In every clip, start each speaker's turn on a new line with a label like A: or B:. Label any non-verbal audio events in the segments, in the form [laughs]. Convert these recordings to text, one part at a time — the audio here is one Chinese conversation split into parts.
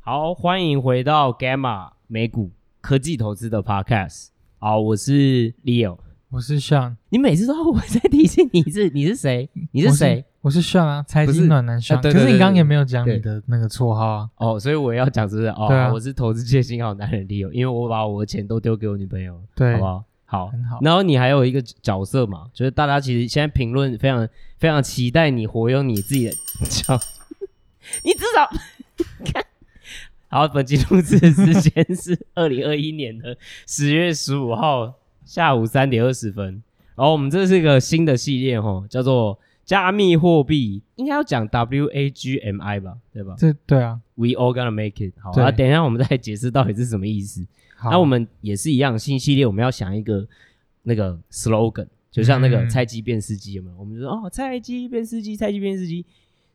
A: 好，欢迎回到 Gamma 美股科技投资的 Podcast。好，我是 Leo。
B: 我是 Sean，
A: 你每次都要我再提醒你是你是谁？你是谁？
B: 我是 Sean 啊，财
A: 不是
B: 经暖男 Sean。
A: 啊对
B: 可
A: 对
B: 是
A: 对
B: 你刚刚也没有讲
A: 对
B: 你的那个绰号啊。
A: 哦，所以我要讲是不是？哦，
B: 对啊
A: 我是投资界新好男人 Leo，因为我把我的钱都丢给我女朋友，
B: 对
A: 好不，好？好，
B: 很好。
A: 然后你还有一个角色嘛，就是大家其实现在评论非常非常期待你活用你自己的角， [laughs] 你至少 [laughs] 看。好，本期录制的时间是二零二一年的十月十五号下午三点二十分。然后我们这是一个新的系列哦，叫做加密货币，应该要讲 WAGMI 吧，对吧
B: 这对啊，
A: ？We all gonna make it 好。
B: 对
A: 啊，等一下我们再解释到底是什么意思。
B: 好，
A: 那我们也是一样，新系列我们要想一个那个 slogan，就像那个
B: 嗯
A: 菜鸡变司机有没有？我们就说哦，菜鸡变司机，菜鸡变司机。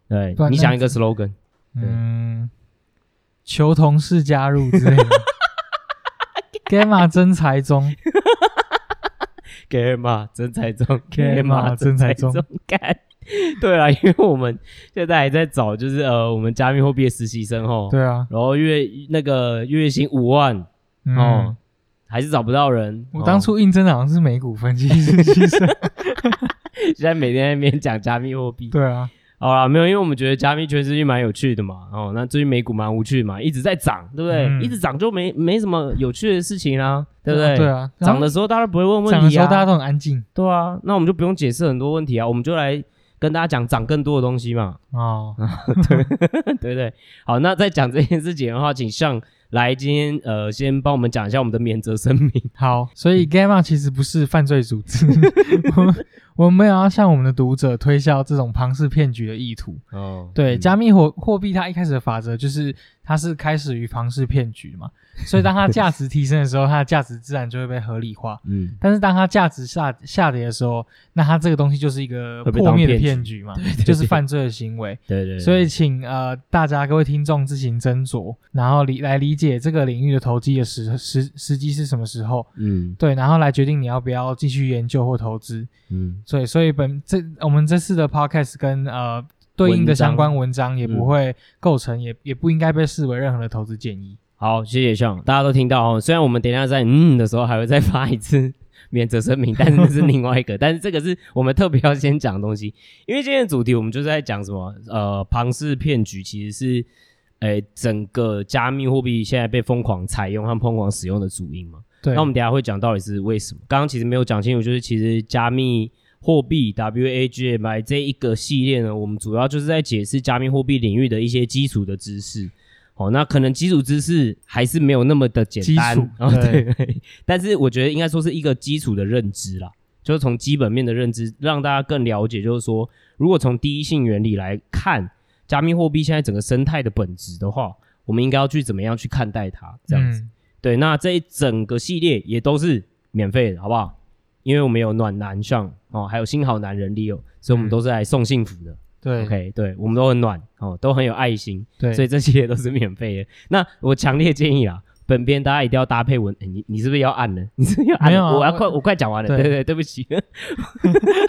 A: 对
B: 对啊
A: 你
B: 那
A: 想一个 slogan，
B: 嗯，求同事加入之类
A: [laughs]
B: 的。Gamma 真才中，
A: 给嘛真才中，
B: 给嘛真才中
A: 干。对啊，因为我们现在还在找，就是呃，我们加密货币的实习生哦，
B: 对啊，
A: 然后月那个月薪五万
B: 嗯
A: 哦，还是找不到人。
B: 我
A: 哦
B: 当初应征的好像是美股分析师
A: [laughs]
B: 其实，
A: 现在每天在那边讲加密货币，
B: 对啊，
A: 好啦，没有，因为我们觉得加密圈最近蛮有趣的嘛，哦，那最近美股蛮无趣的嘛，一直在涨，对不对？
B: 嗯
A: 一直涨就没没什么有趣的事情啦、对不对？
B: 对啊，然
A: 涨
B: 后
A: 的时候大家不会问
B: 涨
A: 问
B: 的
A: 题
B: 时候大家
A: 啊，
B: 都很安静
A: 对啊，那我们就不用解释很多问题啊，我们就来跟大家讲涨更多的东西嘛， [laughs]
B: 哦，
A: 嗯对不对？好，那在讲这件事情的话，请向来今天呃先帮我们讲一下我们的免责声明，
B: 好，所
A: 嗯
B: 以 Gamma 其实不是犯罪组织，我们我们没有要向我们的读者推销这种庞氏骗局的意图。
A: 哦，
B: 对，
A: 嗯
B: 加密货货币它一开始的法则就是它是开始于庞氏骗局嘛，所以当它价值提升的时候，它的价值自然就会被合理化。
A: 嗯，
B: 但是当它价值下下跌的时候，那它这个东西就是一个
A: 会被
B: 破
A: 当
B: 灭的
A: 骗
B: 骗
A: 局
B: 局嘛，
A: 对
B: [laughs] 就是
A: 对
B: 犯罪的行为。
A: 对对，对
B: 所以请呃大家各位听众自行斟酌，然后理来理解这个领域的投机的时时时机是什么时候。
A: 嗯
B: 对，然后来决定你要不要继续研究或投资。
A: 嗯
B: 所以，所以本这我们这次的 podcast 跟呃对应的相关文章也不会构成，也也不应该被视为任何的投资建议。
A: 好，谢谢向，大家都听到哦。虽然我们等一下在嗯的时候还会再发一次 [laughs] 免责声明，但是那是另外一个， [laughs] 但是这个是我们特别要先讲的东西，因为今天的主题我们就是在讲什么呃庞氏骗局，其实是诶、整个加密货币现在被疯狂采用和疯狂使用的主因嘛。
B: 对，
A: 那我们等一下会讲到底是为什么。刚刚其实没有讲清楚，就是其实加密货币 WAGMI 这一个系列呢，我们主要就是在解释加密货币领域的一些基础的知识。哦，那可能基础知识还是没有那么的简单
B: 基础，
A: 哦、
B: 对
A: 对。但是我觉得应该说是一个基础的认知啦，就是从基本面的认知，让大家更了解，就是说，如果从第一性原理来看，加密货币现在整个生态的本质的话，我们应该要去怎么样去看待它，这样子。
B: 嗯
A: 对，那这一整个系列也都是免费的，好不好？因为我们有暖男上哦，还有新好男人 Leo，所以我们
B: 嗯
A: 都是来送幸福的。
B: 对
A: OK，对我们都很暖哦，都很有爱心，
B: 对，
A: 所以这系列都是免费的。那我强烈建议啊，本片大家一定要搭配文，诶你你是不是要按了？你是不是要按了？
B: 没有啊
A: 我要
B: 我
A: 快，我快讲完了。
B: 对
A: 对对，对不起，
B: [laughs]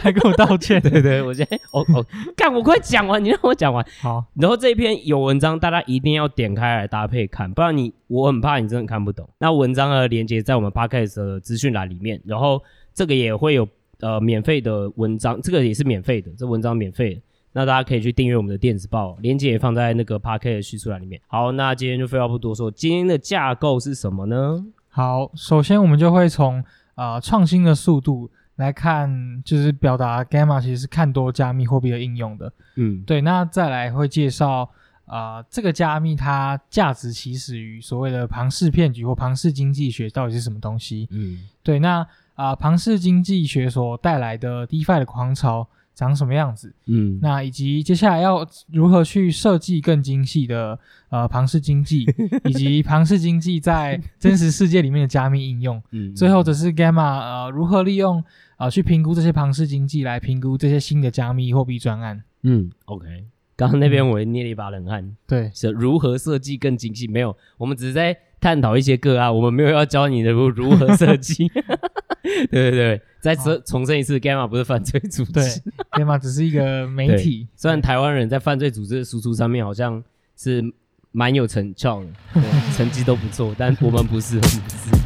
B: 还跟我道
A: [laughs]
B: 歉。
A: 对对，我现在哦哦，干，我快讲完，你让我讲完。
B: 好，
A: 然后这篇有文章，大家一定要点开来搭配看，不然你我很怕你真的看不懂。那文章的连接在我们 podcast 的资讯栏里面，然后这个也会有呃免费的文章，这个也是免费的，这文章免费的。那大家可以去订阅我们的电子报，链接也放在那个 p a c k e t 的叙述栏里面。好，那今天就废话不多说，今天的架构是什么呢？
B: 好，首先我们就会从呃创新的速度来看，就是表达 Gamma 其实是看多加密货币的应用的。
A: 嗯，
B: 对，那再来会介绍啊、呃这个加密它价值起始于所谓的庞氏骗局或庞氏经济学到底是什么东西？
A: 嗯
B: 对，那啊、呃庞氏经济学所带来的 DeFi 的狂潮长什么样子？
A: 嗯，
B: 那以及接下来要如何去设计更精细的呃庞氏经济，以
A: [laughs]
B: 及庞氏经济在真实世界里面的加密应用？
A: 嗯
B: 最后则是 Gamma 呃如何利用呃去评估这些庞氏经济来评估这些新的加密货币专案？
A: 嗯，OK。刚刚那边我捏了一把冷汗，
B: 对，
A: 是如何设计更精细？没有，我们只是在探讨一些个案，我们没有要教你的如如何设计。 [laughs] 对对对，再
B: 好
A: 重重申一次，Gamma 不是犯罪组织。 [laughs]
B: 对，Gamma 只是一个媒体，
A: 虽然台湾人在犯罪组织的输出上面好像是蛮有成效的，对成绩都不错，但我们不是，我们不是。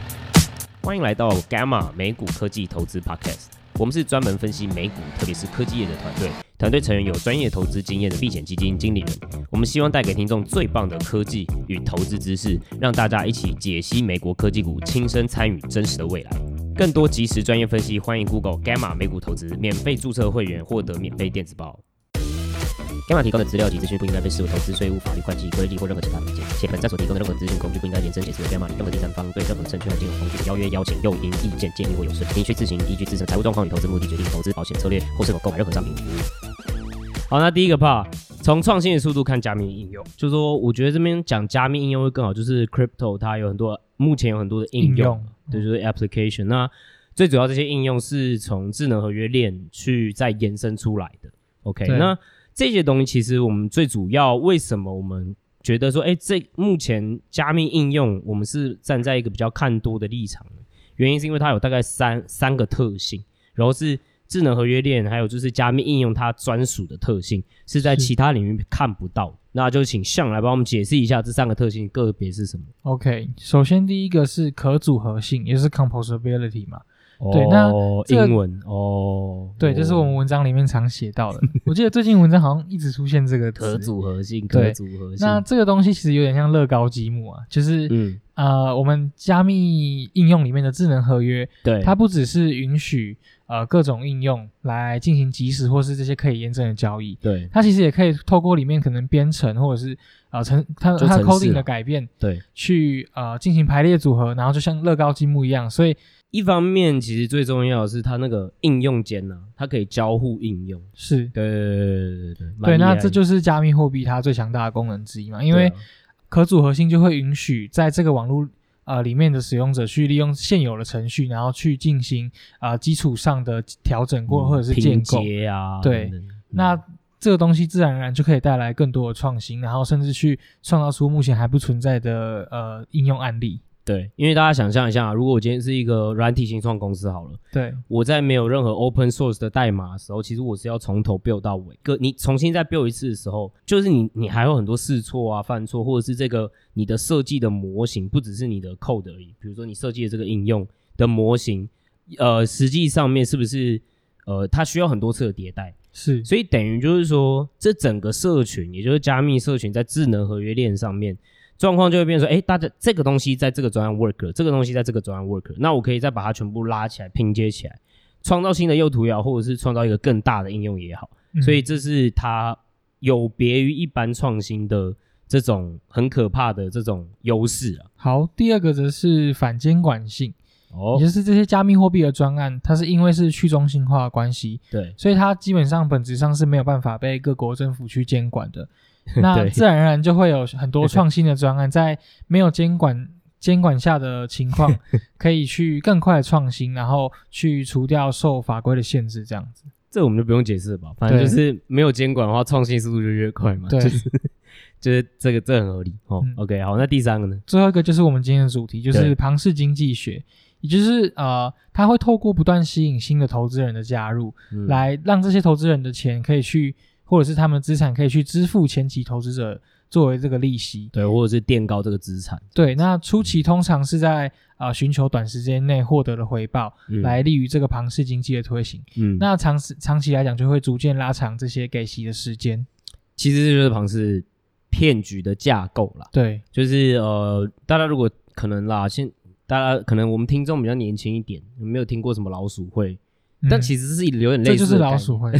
A: 欢迎来到 Gamma 美股科技投资 Podcast，我们是专门分析美股，特别是科技业的团队。团队成员有专业投资经验的避险基金经理人。我们希望带给听众最棒的科技与投资知识，让大家一起解析美国科技股，亲身参与真实的未来。更多及时专业分析，欢迎 Google Gamma 美股投资，免费注册会员，获得免费电子报。Gamma 提供的资料及资讯不应该被视为投资、税务、法律、会计、规例或任何其他意见，且本站所提供的任何资讯工具不应该延伸解释为 Gamma 与任何第三方对任何证券和金融工具的邀约、邀请、诱因、意见、建议或有损，您需自行依据自身财务状况与投资目的决定投资保险策略或是否购买任何商品服务。好，那第一个 part 从创新的速度看加密应用，就是说，我觉得这边讲加密应用会更好，就是 crypto 它有很多目前有很多的应
B: 应
A: 用，
B: 用
A: 对，就是 application。那最主要这些应用是从智能合约链去再延伸出来的。OK，
B: 对
A: 那这些东西其实我们最主要为什么我们觉得说，哎，这目前加密应用我们是站在一个比较看多的立场呢，原因是因为它有大概三三个特性，然后是智能合约链，还有就是加密应用它专属的特性是在
B: 是
A: 其他领域看不到的。那就请向来帮我们解释一下这三个特性个别是什么。
B: OK，首先第一个是可组合性，也就是 composability 嘛。对那
A: 哦
B: 这个
A: 英文哦，
B: 对，这是我们文章里面常写到的。 [laughs] 我记得最近文章好像一直出现这个
A: 可
B: 词。
A: 组合性，
B: 对
A: 可组合性。
B: 那这个东西其实有点像乐高积木啊，就是、
A: 嗯，
B: 呃，我们加密应用里面的智能合约，
A: 对，
B: 它不只是允许呃各种应用来进行即时或是这些可以验证的交易，
A: 对
B: 它其实也可以透过里面可能编程或者是呃程它
A: 就
B: 它的
A: 程式
B: coding
A: 啊
B: 的改变
A: 对。
B: 去呃进行排列组合，然后就像乐高积木一样，所以
A: 一方面，其实最重要的是它那个应用间呢、它可以交互应用。
B: 是
A: 对对对对对蛮
B: 对，
A: 厉害
B: 那
A: 的
B: 这就是加密货币它最强大的功能之一嘛，因为
A: 对啊
B: 可组合性就会允许在这个网络呃里面的使用者去利用现有的程序，然后去进行呃基础上的调整或
A: 嗯
B: 或者是建
A: 拼
B: 构。
A: 接啊，
B: 对
A: 等等，嗯
B: 那这个东西自然而然就可以带来更多的创新，然后甚至去创造出目前还不存在的呃应用案例。
A: 对，因为大家想象一下，啊如果我今天是一个软体新创公司好了，
B: 对，
A: 我在没有任何 open source 的代码的时候，其实我是要从头 build 到尾。个你重新再 build 一次的时候，就是你你还有很多试错啊、犯错，或者是这个你的设计的模型不只是你的 code 而已。比如说你设计的这个应用的模型，呃，实际上面是不是呃它需要很多次的迭代？
B: 是
A: 所以等于就是说，这整个社群，也就是加密社群，在智能合约链上面。状况就会变成说，哎、大家这个东西在这个专案 work，了这个东西在这个专案 work，了那我可以再把它全部拉起来拼接起来，创造新的用途也好，或者是创造一个更大的应用也好。
B: 嗯
A: 所以这是它有别于一般创新的这种很可怕的这种优势啊。
B: 好，第二个则是反监管性，
A: 哦
B: 也，就是这些加密货币的专案，它是因为是去中心化的关系，
A: 对，
B: 所以它基本上本质上是没有办法被各国政府去监
A: [laughs]
B: 管的。那
A: 对
B: 自然而然就会有很多创新的专案，在没有监管监管下的
A: [laughs]
B: 情况，可以去更快的创新，然后去除掉受法规的限制，这样子。
A: 这我们就不用解释了吧，反正
B: 对
A: 就是没有监管的话，创新速度就越快嘛。
B: 对
A: 就是、就是这个这很合理哦。
B: 嗯
A: OK，好，那第三个呢？
B: 最后一个就是我们今天的主题，就是
A: 对
B: 庞氏经济学，也就是呃，它会透过不断吸引新的投资人的加入，
A: 嗯、
B: 来让这些投资人的钱可以去，或者是他们资产可以去支付前期投资者作为这个利息。
A: 对，或者是垫高这个资产，
B: 对，那初期通常是在啊寻求短时间内获得的回报，
A: 嗯、
B: 来利于这个庞氏经济的推行。
A: 嗯，
B: 那长时长期来讲，就会逐渐拉长这些给息的时间。
A: 其实这就是庞氏骗局的架构啦，
B: 对，
A: 就是呃，大家如果可能啦，现大家可能我们听众比较年轻一点，没有听过什么老鼠会，但
B: 实
A: 其实是有点类
B: 嗯这
A: 似，
B: 就是老鼠，
A: [laughs]
B: 会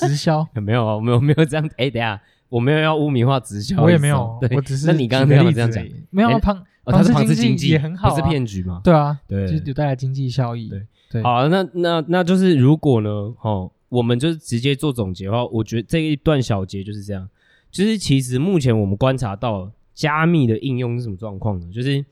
B: 直销，
A: 没有啊，我没有没有这样，哎，等一下我没有要污名化直销，啊
B: 我也没有，
A: 哦对，
B: 我只是
A: 那你刚刚
B: 举
A: 没
B: 个
A: 有
B: 例
A: 这样
B: 子
A: 讲
B: 而，已没有
A: 哎
B: 啊庞
A: 哦，它是
B: 庞
A: 庞
B: 氏
A: 氏
B: 经
A: 济
B: 也很好啊，
A: 不是骗局嘛，
B: 对啊，
A: 对
B: 就是有带来经济效益。
A: 对
B: 对
A: 好啊，那那那就是如果呢，哦，我们就是直接做总结的话，我觉得这一段小结就是这样，就是其实目前我们观察到加密的应用是什么状况呢？就是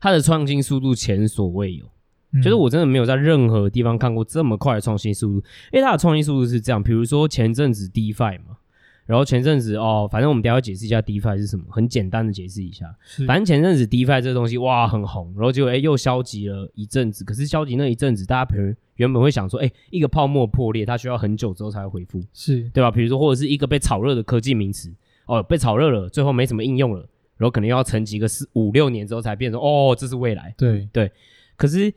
A: 它的创新速度前所未有，
B: 嗯
A: 就是我真的没有在任何地方看过这么快的创新速度，因为它的创新速度是这样，比如说前阵子 DeFi 嘛。然后前阵子哦，反正我们等一下要解释一下 DeFi 是什么，很简单的解释一下。
B: 是
A: 反正前阵子 DeFi 这东西哇很红，然后结果哎又消极了一阵子。可是消极那一阵子，大家可能原本会想说，哎，一个泡沫破裂，它需要很久之后才会恢复，
B: 是
A: 对吧？比如说或者是一个被炒热的科技名词，哦被炒热了，最后没什么应用了，然后可能要沉寂个四五六年之后才变成哦，这是未来。
B: 对，
A: 可是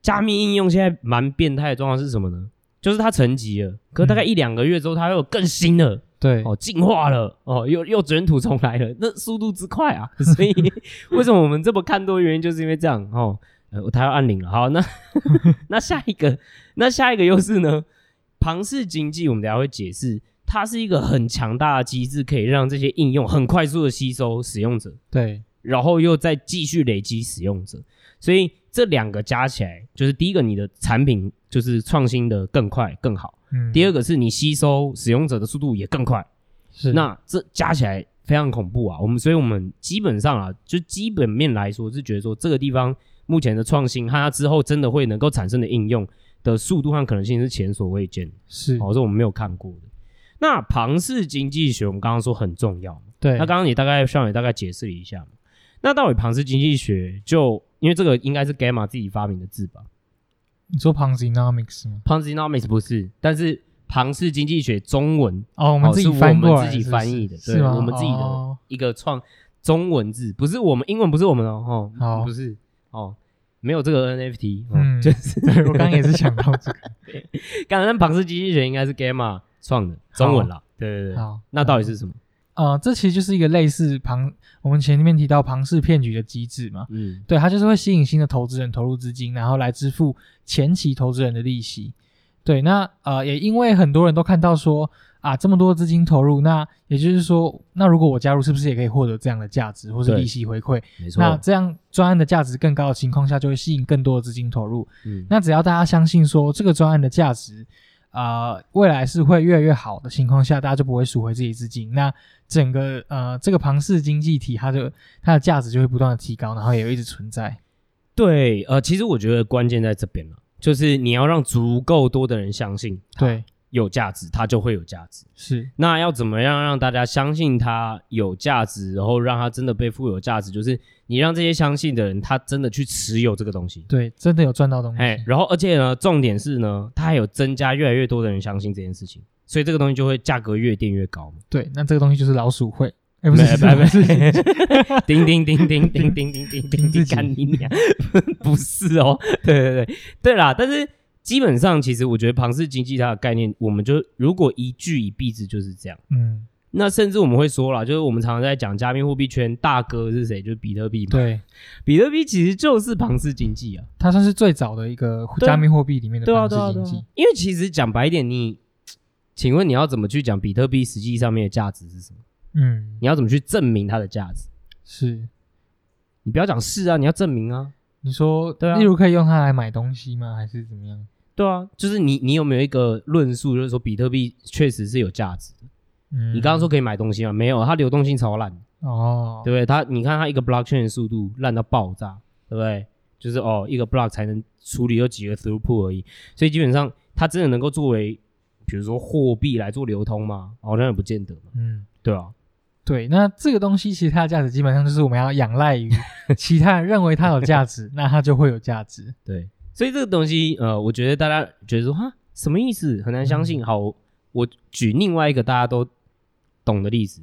A: 加密应用现在蛮变态的状况是什么呢？就是它沉寂了，可是大概一两个月之后，它又有更新了，
B: 对，
A: 哦，进化了，哦，又又卷土重来了，那速度之快啊！ [laughs] 所以为什么我们这么看多，原因就是因为这样哦。呃，他要按铃了。好，那 [laughs] 那下一个，那下一个又是呢？庞氏经济，我们等一下会解释，它是一个很强大的机制，可以让这些应用很快速的吸收使用者，
B: 对，
A: 然后又再继续累积使用者。所以这两个加起来，就是第一个，你的产品就是创新的更快更好；
B: 嗯，
A: 第
B: 二
A: 二个是你吸收使用者的速度也更快。
B: 是
A: 那这加起来非常恐怖啊！我们所以我们基本上啊，就基本面来说是觉得说这个地方目前的创新和它之后真的会能够产生的应用的速度和可能性是前所未见的，
B: 是
A: 好、哦，是我们没有看过的。那庞氏经济学我们刚刚说很重要嘛，
B: 对，
A: 那刚刚你大概上也大概解释了一下嘛。那到底庞氏经济学就因为这个应该是 Gamma 自己发明的字吧
B: 你说 Ponziomics 吗？
A: ？Ponziomics 不是，但是庞氏经济学中文
B: 哦，我们
A: 哦
B: 自己
A: 是
B: 翻
A: 我们
B: 过来，
A: 自己
B: 是不
A: 翻
B: 是
A: 译的
B: 是
A: 对
B: 吗？
A: 我们自己的
B: 哦
A: 一个创中文字，不是我们英文，不是我们哦，哦
B: 好
A: 不是哦，没有这个 NFT，嗯，
B: 嗯
A: 就是
B: 对我刚刚也是想到这个，
A: [laughs] 刚才庞氏机器人应该是 Gamma 创的中文啦，对对对，
B: 好，
A: 那到底是什么？
B: 呃，这其实就是一个类似庞我们前面提到庞氏骗局的机制嘛，
A: 嗯，
B: 对，它就是会吸引新的投资人投入资金，然后来支付前期投资人的利息。对，那呃，也因为很多人都看到说啊，这么多资金投入，那也就是说，那如果我加入，是不是也可以获得这样的价值或是
A: 对
B: 利息回馈？
A: 没错，
B: 那这样专案的价值更高的情况下，就会吸引更多的资金投入。
A: 嗯
B: 那只要大家相信说这个专案的价值，呃，未来是会越来越好的情况下，大家就不会赎回自己资金。那整个呃这个庞氏经济体，它的它的价值就会不断的提高，然后也会一直存在。
A: 对，呃，其实我觉得关键在这边了，就是你要让足够多的人相信，
B: 对，
A: 有价值，它就会有价值。
B: 是
A: 那要怎么样让大家相信它有价值，然后让它真的被富有价值？就是你让这些相信的人，他真的去持有这个东西。
B: 对，真的有赚到东西。
A: 哎，然后而且呢，重点是呢，它还有增加越来越多的人相信这件事情，所以这个东西就会价格越定越高嘛。
B: 对，那这个东西就是老鼠会，哎，不是，
A: 没哎没没
B: 是是是
A: 叮叮叮叮叮叮叮叮叮叮，干你娘！不是哦， [laughs] 对对对对啦，但是基本上其实我觉得庞氏经济它的概念，我们就如果一句一蔽之就是这样。
B: [laughs] 嗯，
A: 那甚至我们会说啦，就是我们常常在讲加密货币圈大哥是谁，就是比特币嘛。
B: 对，
A: 比特币其实就是庞氏经济啊，
B: 它算是最早的一个
A: 对啊
B: 加密货币里面的
A: 对啊
B: 庞氏
A: 对啊对
B: 经
A: 啊
B: 济。。
A: 因为其实讲白一点，你请问你要怎么去讲比特币实际上面的价值是什么？
B: 嗯，
A: 你要怎么去证明它的价值？
B: 是。
A: 你不要讲是啊，你要证明啊。
B: 你说，
A: 对啊
B: 例如可以用它来买东西吗？还是怎么样？
A: 对啊，就是你你有没有一个论述，就是说比特币确实是有价值的？
B: 嗯，
A: 你刚刚说可以买东西吗？没有，它流动性超烂。
B: 哦，
A: 对不对？它你看它一个 blockchain 的速度烂到爆炸，对不对？就是哦，一个 block 才能处理有几个 throughput 而已，所以基本上它真的能够作为，比如说货币来做流通吗？好像也不见得嘛，
B: 嗯，
A: 对啊，
B: 对，那这个东西其实它的价值基本上就是我们要仰赖
A: [laughs]
B: 于其他人认为它有价值，那它就会有价值。
A: 对，所以这个东西，呃，我觉得大家觉得说哈什么意思，很难相信。好，我举另外一个大家都懂的例子，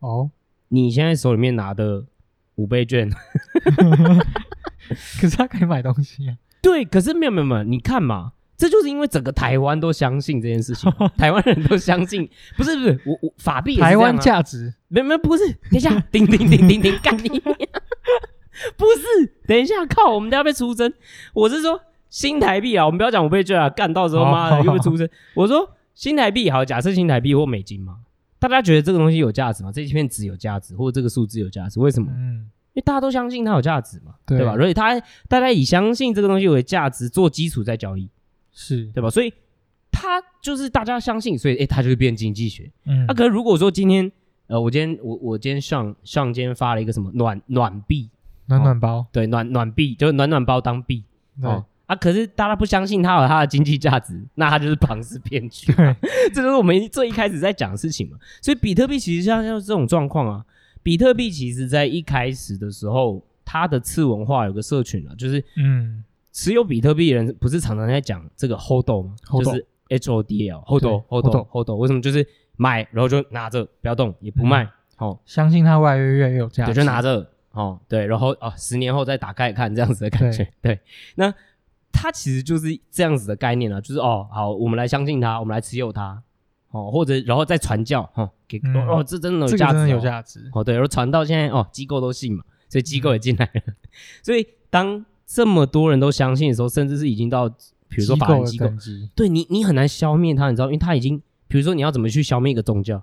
B: 哦，
A: 你现在手里面拿的五倍券，
B: 可是它可以买东西啊。
A: 对，可是没有没有没有，你看嘛，这就是因为整个台湾都相信这件事情，
B: [laughs]
A: 台湾人都相信，不是不是，我我法币也是这
B: 台
A: 样啊
B: 湾价值
A: 没没不是，等一
B: [laughs]
A: 下，叮叮叮叮叮，干你娘！不是，等一下，靠，我们都要被出征。我是说新台币啊，我们不要讲五倍券啊，干到时候
B: 好
A: 妈
B: 好
A: 的又
B: 好
A: 被出征。我说新台币好，假设新台币或美金嘛，大家觉得这个东西有价值吗？这一片纸有价值，或者这个数字有价值？为什么？
B: 嗯，
A: 因为大家都相信它有价值嘛，对
B: 对
A: 吧？所以它大家以相信这个东西为价值做基础在交易，
B: 是，
A: 对吧？所以它就是大家相信，所以诶、它就是变经济学。
B: 嗯
A: 那、啊可是如果说今天呃，我今天我我今天上上今天发了一个什么暖暖币，
B: 暖暖包，
A: 对，暖暖币就是暖暖包当币
B: 对
A: 哦。啊！可是大家不相信它有它的经济价值，那它就是庞氏骗局。啊
B: 对，
A: [laughs] 这就是我们最一开始在讲的事情嘛。所以比特币其实像像这种状况啊，比特币其实在一开始的时候，它的次文化有个社群啊，就是
B: 嗯，
A: 持有比特币的人不是常常在讲这个 HODL 吗？
B: HODL
A: 就是 HODL HODL
B: 对
A: HODL
B: HODL 嗯
A: HODL，为什么就是买然后就拿着不要动也不卖，哦，
B: 相信它未来越来越有价值。
A: 对，就拿着哦，对，然后哦，十年后再打开看这样子的感觉，对。那它其实就是这样子的概念啊，就是哦，好，我们来相信它，我们来持有它，哦，或者然后再传教，哦，给、
B: 嗯
A: 哦，这真的有
B: 这个
A: 价值、
B: 真
A: 哦，
B: 的有价值。嗯
A: 哦，对，然后传到现在哦，机构都信嘛，所以机构也进来了。 [laughs] 所以当这么多人都相信的时候，甚至是已经到比
B: 比
A: 如说法人机
B: 机
A: 构
B: 构的，等级，
A: 对你你很难消灭它，你知道，因为它已经，比如说你要怎么去消灭一个宗教，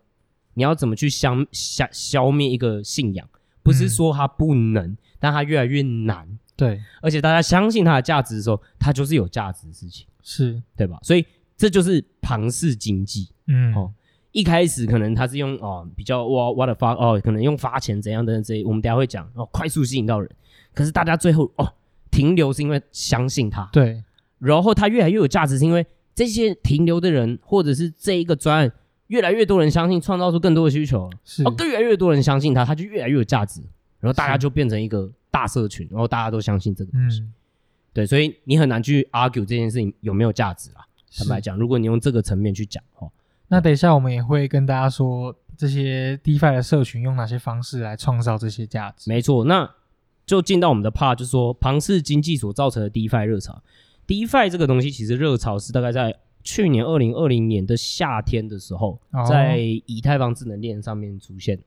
A: 你要怎么去消消消灭一个信仰，不是
B: 嗯
A: 说它不能，但它越来越难，
B: 对，
A: 而且大家相信它的价值的时候，它就是有价值的事情，
B: 是，
A: 对吧？所以这就是庞氏经济。
B: 嗯，
A: 哦一开始可能他是用哦比较哇 what the fuck 哦，可能用发钱怎样等等这些，我们等一下会讲哦，快速吸引到人。可是大家最后哦停留是因为相信他，
B: 对，
A: 然后他越来越有价值，是因为这些停留的人或者是这一个专案，越来越多人相信，创造出更多的需求，
B: 是
A: 哦，，更越来越多人相信他，他就越来越有价值，然后大家
B: 是
A: 就变成一个大社群，然后大家都相信这个东西，
B: 嗯，
A: 对，所以你很难去 argue 这件事情有没有价值啦。坦白
B: 是
A: 讲，如果你用这个层面去讲哦，
B: 那等一下我们也会跟大家说这些 DeFi 的社群用哪些方式来创造这些价值。
A: 没错，那就进到我们的 part，就是说庞氏经济所造成的 DeFi 热潮。DeFi 这个东西其实热潮是大概在去年二零二零年的夏天的时候，
B: 哦
A: 在以太坊智能链上面出现的。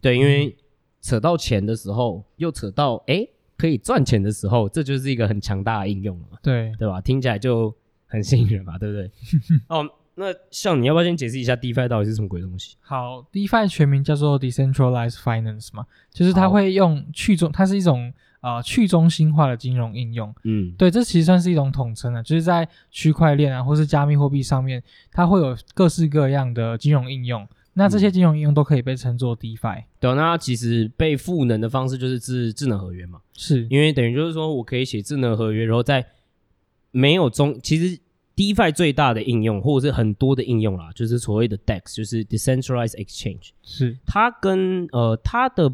A: 对，因为扯到钱的时候，又扯到诶可以赚钱的时候，这就是一个很强大的应用了嘛，
B: 对，
A: 对吧？听起来就很吸引人嘛，对不对？哦，那像你要不要先解释一下 DeFi 到底是什么鬼东西？
B: 好，DeFi 全名叫做 Decentralized Finance 嘛，就是它
A: 好
B: 会用去中，它是一种呃去中心化的金融应用。
A: 嗯，
B: 对，这其实算是一种统称啊，就是在区块链啊，或是加密货币上面，它会有各式各样的金融应用。
A: 嗯
B: 那这些金融应用都可以被称作 DeFi，
A: 对啊，那其实被赋能的方式就是智智能合约嘛。
B: 是，
A: 因为等于就是说我可以写智能合约，然后在没有中，其实 DeFi 最大的应用或者是很多的应用啦，就是所谓的 DEX，就是 Decentralized Exchange。
B: 是，
A: 它跟呃它的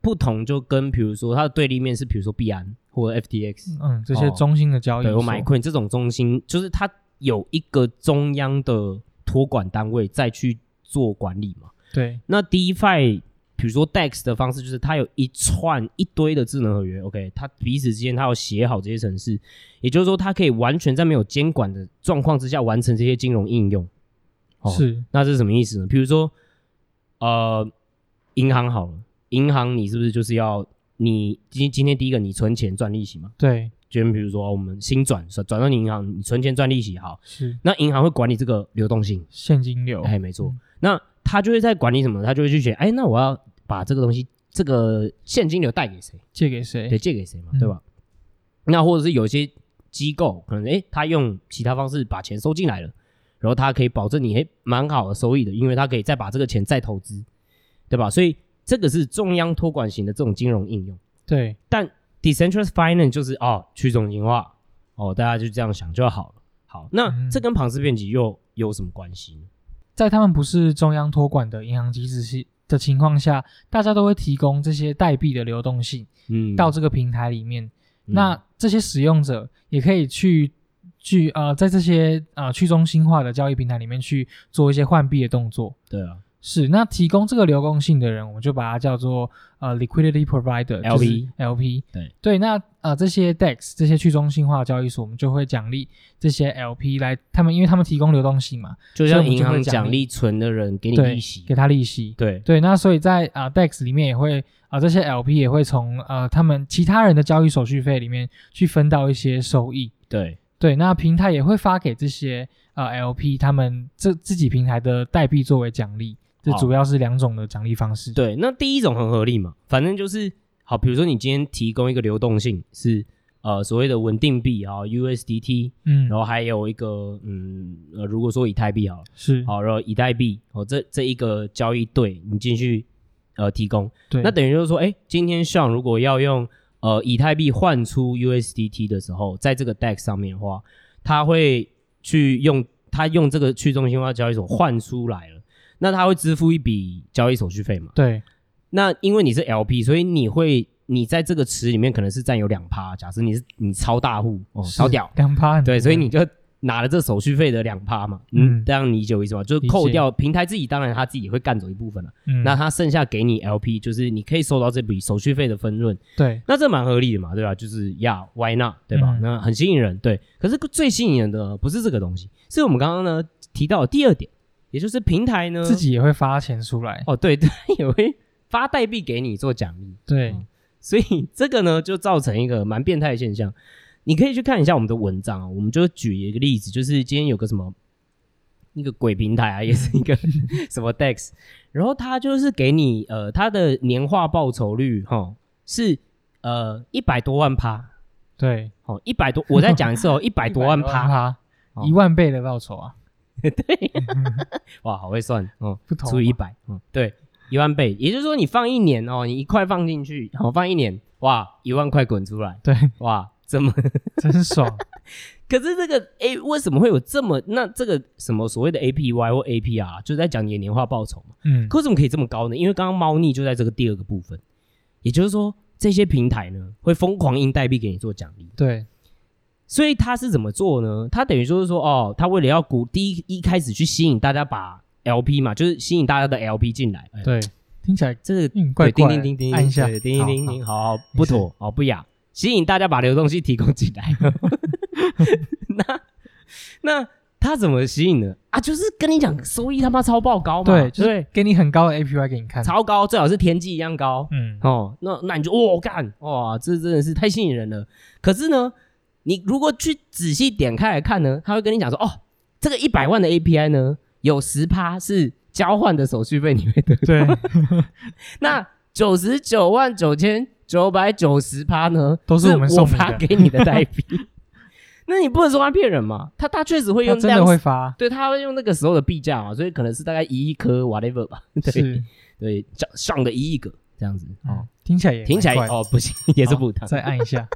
A: 不同就跟比如说它的对立面是比如说币安或者 FTX，、
B: 嗯，这些
A: 哦
B: 中心的交易
A: 对
B: 所，
A: 我买 Coin 这种中心，就是它有一个中央的托管单位再去做管理嘛。
B: 对，
A: 那 DeFi 比如说 DEX 的方式，就是它有一串一堆的智能合约，OK，它彼此之间它要写好这些程式，也就是说，它可以完全在没有监管的状况之下完成这些金融应用。哦
B: 是，
A: 那这是什么意思呢？比如说，呃，银行好了，银行你是不是就是要你今今天第一个你存钱赚利息嘛？
B: 对，
A: 就比如说我们新转转转到你银行，你存钱赚利息好，
B: 是
A: 那银行会管理这个流动性。
B: 现金流，
A: 哎，没错。
B: 嗯
A: 那他就会在管理什么？他就会去选，哎，那我要把这个东西，这个现金流带给谁？
B: 借给谁？
A: 对，借给谁嘛，
B: 嗯
A: 对吧？那或者是有些机构可能，哎，他用其他方式把钱收进来了，然后他可以保证你，哎，蛮好的收益的，因为他可以再把这个钱再投资，对吧？所以这个是中央托管型的这种金融应用。
B: 对，
A: Decentralized Finance 就是哦，去中心化，哦，大家就这样想就好了。好，那
B: 嗯
A: 这跟庞氏骗局又有什么关系呢？
B: 在他们不是中央托管的银行机制系的情况下，大家都会提供这些代币的流动性
A: 嗯，
B: 到这个平台里面。
A: 嗯
B: 那这些使用者也可以去去呃，在这些呃去中心化的交易平台里面去做一些换币的动作。
A: 对啊
B: 是，那提供这个流动性的人，我们就把它叫做呃 liquidity provider
A: LP
B: 就是 LP
A: 对
B: 对，那呃这些 DEX 这些去中心化的交易所，我们就会奖励这些 LP 来，他们因为他们提供流动性嘛，
A: 就
B: 所以我
A: 像
B: 们
A: 银
B: 就会
A: 行
B: 奖
A: 奖
B: 励
A: 励存的人给你
B: 对
A: 利息，
B: 给他利息，
A: 对
B: 对，那所以在啊、呃 DEX 里面也会啊、呃这些 LP 也会从呃他们其他人的交易手续费里面去分到一些收益。
A: 对
B: 对，那平台也会发给这些呃 LP 他们自自己平台的代币作为奖励，这
A: 好
B: 主要是两种的奖励方式。，
A: 哦对。那第一种很合理嘛，反正就是好，比如说你今天提供一个流动性是呃所谓的稳定币啊 USDT，
B: 嗯
A: 然，后还有一个嗯呃如果说以太币好了，
B: 是，
A: 好，然后以太币哦这这一个交易对你进去呃提供，
B: 对，
A: 那等于就是说，哎，今天像如果要用呃以太币换出 USDT 的时候，在这个 DEX 上面的话，它会去用它用这个去中心化交易所换出来了，那它会支付一笔交易手续费嘛？
B: 对，
A: 那因为你是 LP，所以你会你在这个池里面可能是占有两趴，假设你是你超大户哦，
B: 是
A: 超屌，
B: 两趴很多，
A: 对，所以你就拿了这手续费的两趴嘛，
B: 嗯
A: 嗯，这样理解我意思吗？就是
B: 理解
A: 扣掉平台自己，当然他自己会干走一部分了、啊
B: 嗯，
A: 那他剩下给你 LP，就是你可以收到这笔手续费的分润，
B: 对，
A: 那这蛮合理的嘛，对吧？就是呀、yeah,，Why not？对吧？
B: 嗯
A: 那很吸引人，对。可是最吸引人的呢不是这个东西，是我们刚刚呢提到的第二点，也就是平台呢
B: 自己也会发钱出来，
A: 哦，对对， [laughs] 也会发代币给你做奖励，
B: 对，
A: 所以这个呢，就造成一个蛮变态的现象。你可以去看一下我们的文章啊，我们就举一个例子，就是今天有个什么那个鬼平台啊，也是一 [laughs] 个什么 DEX，然后它就是给你呃，它的年化报酬率哈是呃一百多万趴，
B: 对，
A: 哦一百多，我再讲一 [laughs] 次哦，一百多万趴，
B: 趴
A: 哦，
B: 一万倍的报
A: [laughs]
B: 酬啊，嗯
A: 哇，好会算哦，
B: 不同
A: 除以一
B: 嘛
A: 百，嗯，对，一万倍，也就是说你放一年哦，你一块放进去，好、放一年，哇，一万块滚出来，
B: 对，
A: 哇，这么
B: 真
A: [laughs]
B: 爽，
A: 可是这个 A 为什么会有这么那这个什么所谓的 APY 或 APR，就是在讲你的年化报酬嘛？
B: 嗯，
A: 可为什么可以这么高呢？因为刚刚猫腻就在这个第二个部分，也就是说这些平台呢会疯狂印代币给你做奖励，
B: 对，
A: 所以它是怎么做呢？它等于就是说哦，它为了要鼓第一一开始去吸引大家把 LP 嘛，就是吸引大家的 LP 进来，哎
B: 对，听起来
A: 这个
B: 嗯怪
A: 对叮
B: 怪
A: 叮
B: 的，
A: 叮叮，
B: 按一下，
A: 对叮叮叮
B: 好，
A: 叮，好，好
B: [laughs]
A: 不妥，好不雅，吸引大家把流动性提供进来。 [laughs] 那那他怎么吸引呢？啊，就是跟你讲，收益他妈超爆高嘛，
B: 对就是
A: 对，
B: 给你很高的 APY 给你看，
A: 超高，最好是天际一样高 [laughs]
B: 嗯，
A: 哦。那那你就哦干哇，这真的是太吸引人了。可是呢，你如果去仔细点开来看呢，他会跟你讲说，哦，这个一百万的 API 呢，有十趴是交换的手续费，你会得
B: 对，
A: [laughs] 那九十九万九千九百九十趴呢，
B: 都是
A: 是
B: 我们
A: 我
B: 送你的
A: 发给你的代
B: [laughs]
A: 币。那你不能说他骗人嘛？他他确实会
B: 他
A: 用这
B: 真
A: 样
B: 的
A: 子，
B: 会发，
A: 对，他会用那个时候的币价嘛，所以可能是大概一亿颗 whatever 吧，对
B: 是，
A: 对，上上个一亿个这样子哦
B: 哦，，听起来也
A: 听起来
B: 蛮怪的
A: 哦不行，也是
B: 好
A: 不烫。
B: 再按一下，